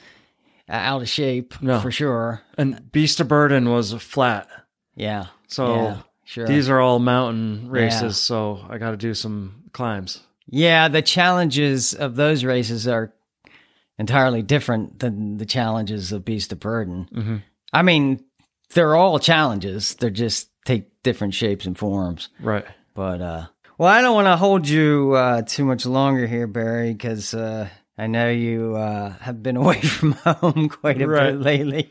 Speaker 1: uh, out of shape
Speaker 2: No.
Speaker 1: for sure
Speaker 2: And Beast of Burden was flat.
Speaker 1: yeah
Speaker 2: So
Speaker 1: yeah, sure
Speaker 2: these are all mountain races. So I got to do some climbs.
Speaker 1: Yeah, the challenges of those races are entirely different than the challenges of Beast of Burden.
Speaker 2: Mhm.
Speaker 1: I mean, they're all challenges. They're just take different shapes and forms.
Speaker 2: Right.
Speaker 1: But uh, well, I don't want to hold you uh, too much longer here, Barry, because uh, I know you uh, have been away from home quite a
Speaker 2: Right.
Speaker 1: bit lately,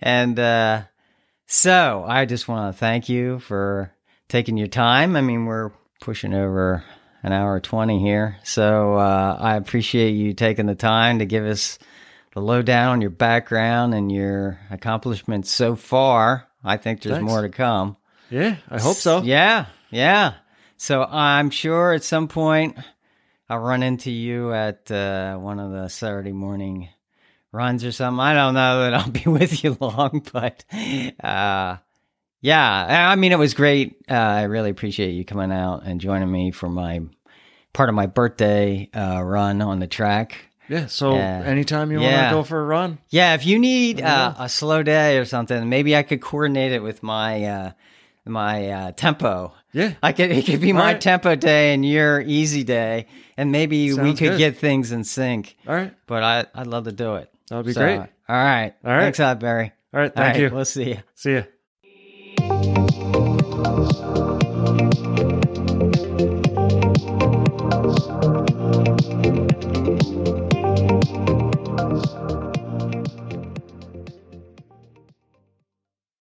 Speaker 1: and uh, so I just want to thank you for taking your time. I mean, we're pushing over an hour 20 here. So uh, I appreciate you taking the time to give us the lowdown on your background and your accomplishments so far. I think there's
Speaker 2: Thanks.
Speaker 1: more to come.
Speaker 2: Yeah, I hope so.
Speaker 1: Yeah, yeah. So I'm sure at some point I'll run into you at uh, one of the Saturday morning runs or something. I don't know that I'll be with you long, but uh, yeah. I mean, it was great. Uh, I really appreciate you coming out and joining me for my part of my birthday uh, run on the track.
Speaker 2: Yeah, so
Speaker 1: Yeah.
Speaker 2: anytime you
Speaker 1: Yeah.
Speaker 2: want to go for a run,
Speaker 1: Yeah, if you need uh,
Speaker 2: Yeah.
Speaker 1: a slow day or something, maybe I could coordinate it with my uh, my uh, tempo.
Speaker 2: yeah,
Speaker 1: I could it could be my
Speaker 2: Alright.
Speaker 1: tempo day and your easy day, and maybe we
Speaker 2: Sounds
Speaker 1: could
Speaker 2: good.
Speaker 1: get things in sync.
Speaker 2: all right,
Speaker 1: But I I'd love to do it.
Speaker 2: that would be
Speaker 1: So,
Speaker 2: great.
Speaker 1: All right.
Speaker 2: All right.
Speaker 1: Thanks a lot, Barry.
Speaker 2: All right,
Speaker 1: All
Speaker 2: thank
Speaker 1: right,
Speaker 2: you.
Speaker 1: We'll see you.
Speaker 2: See ya.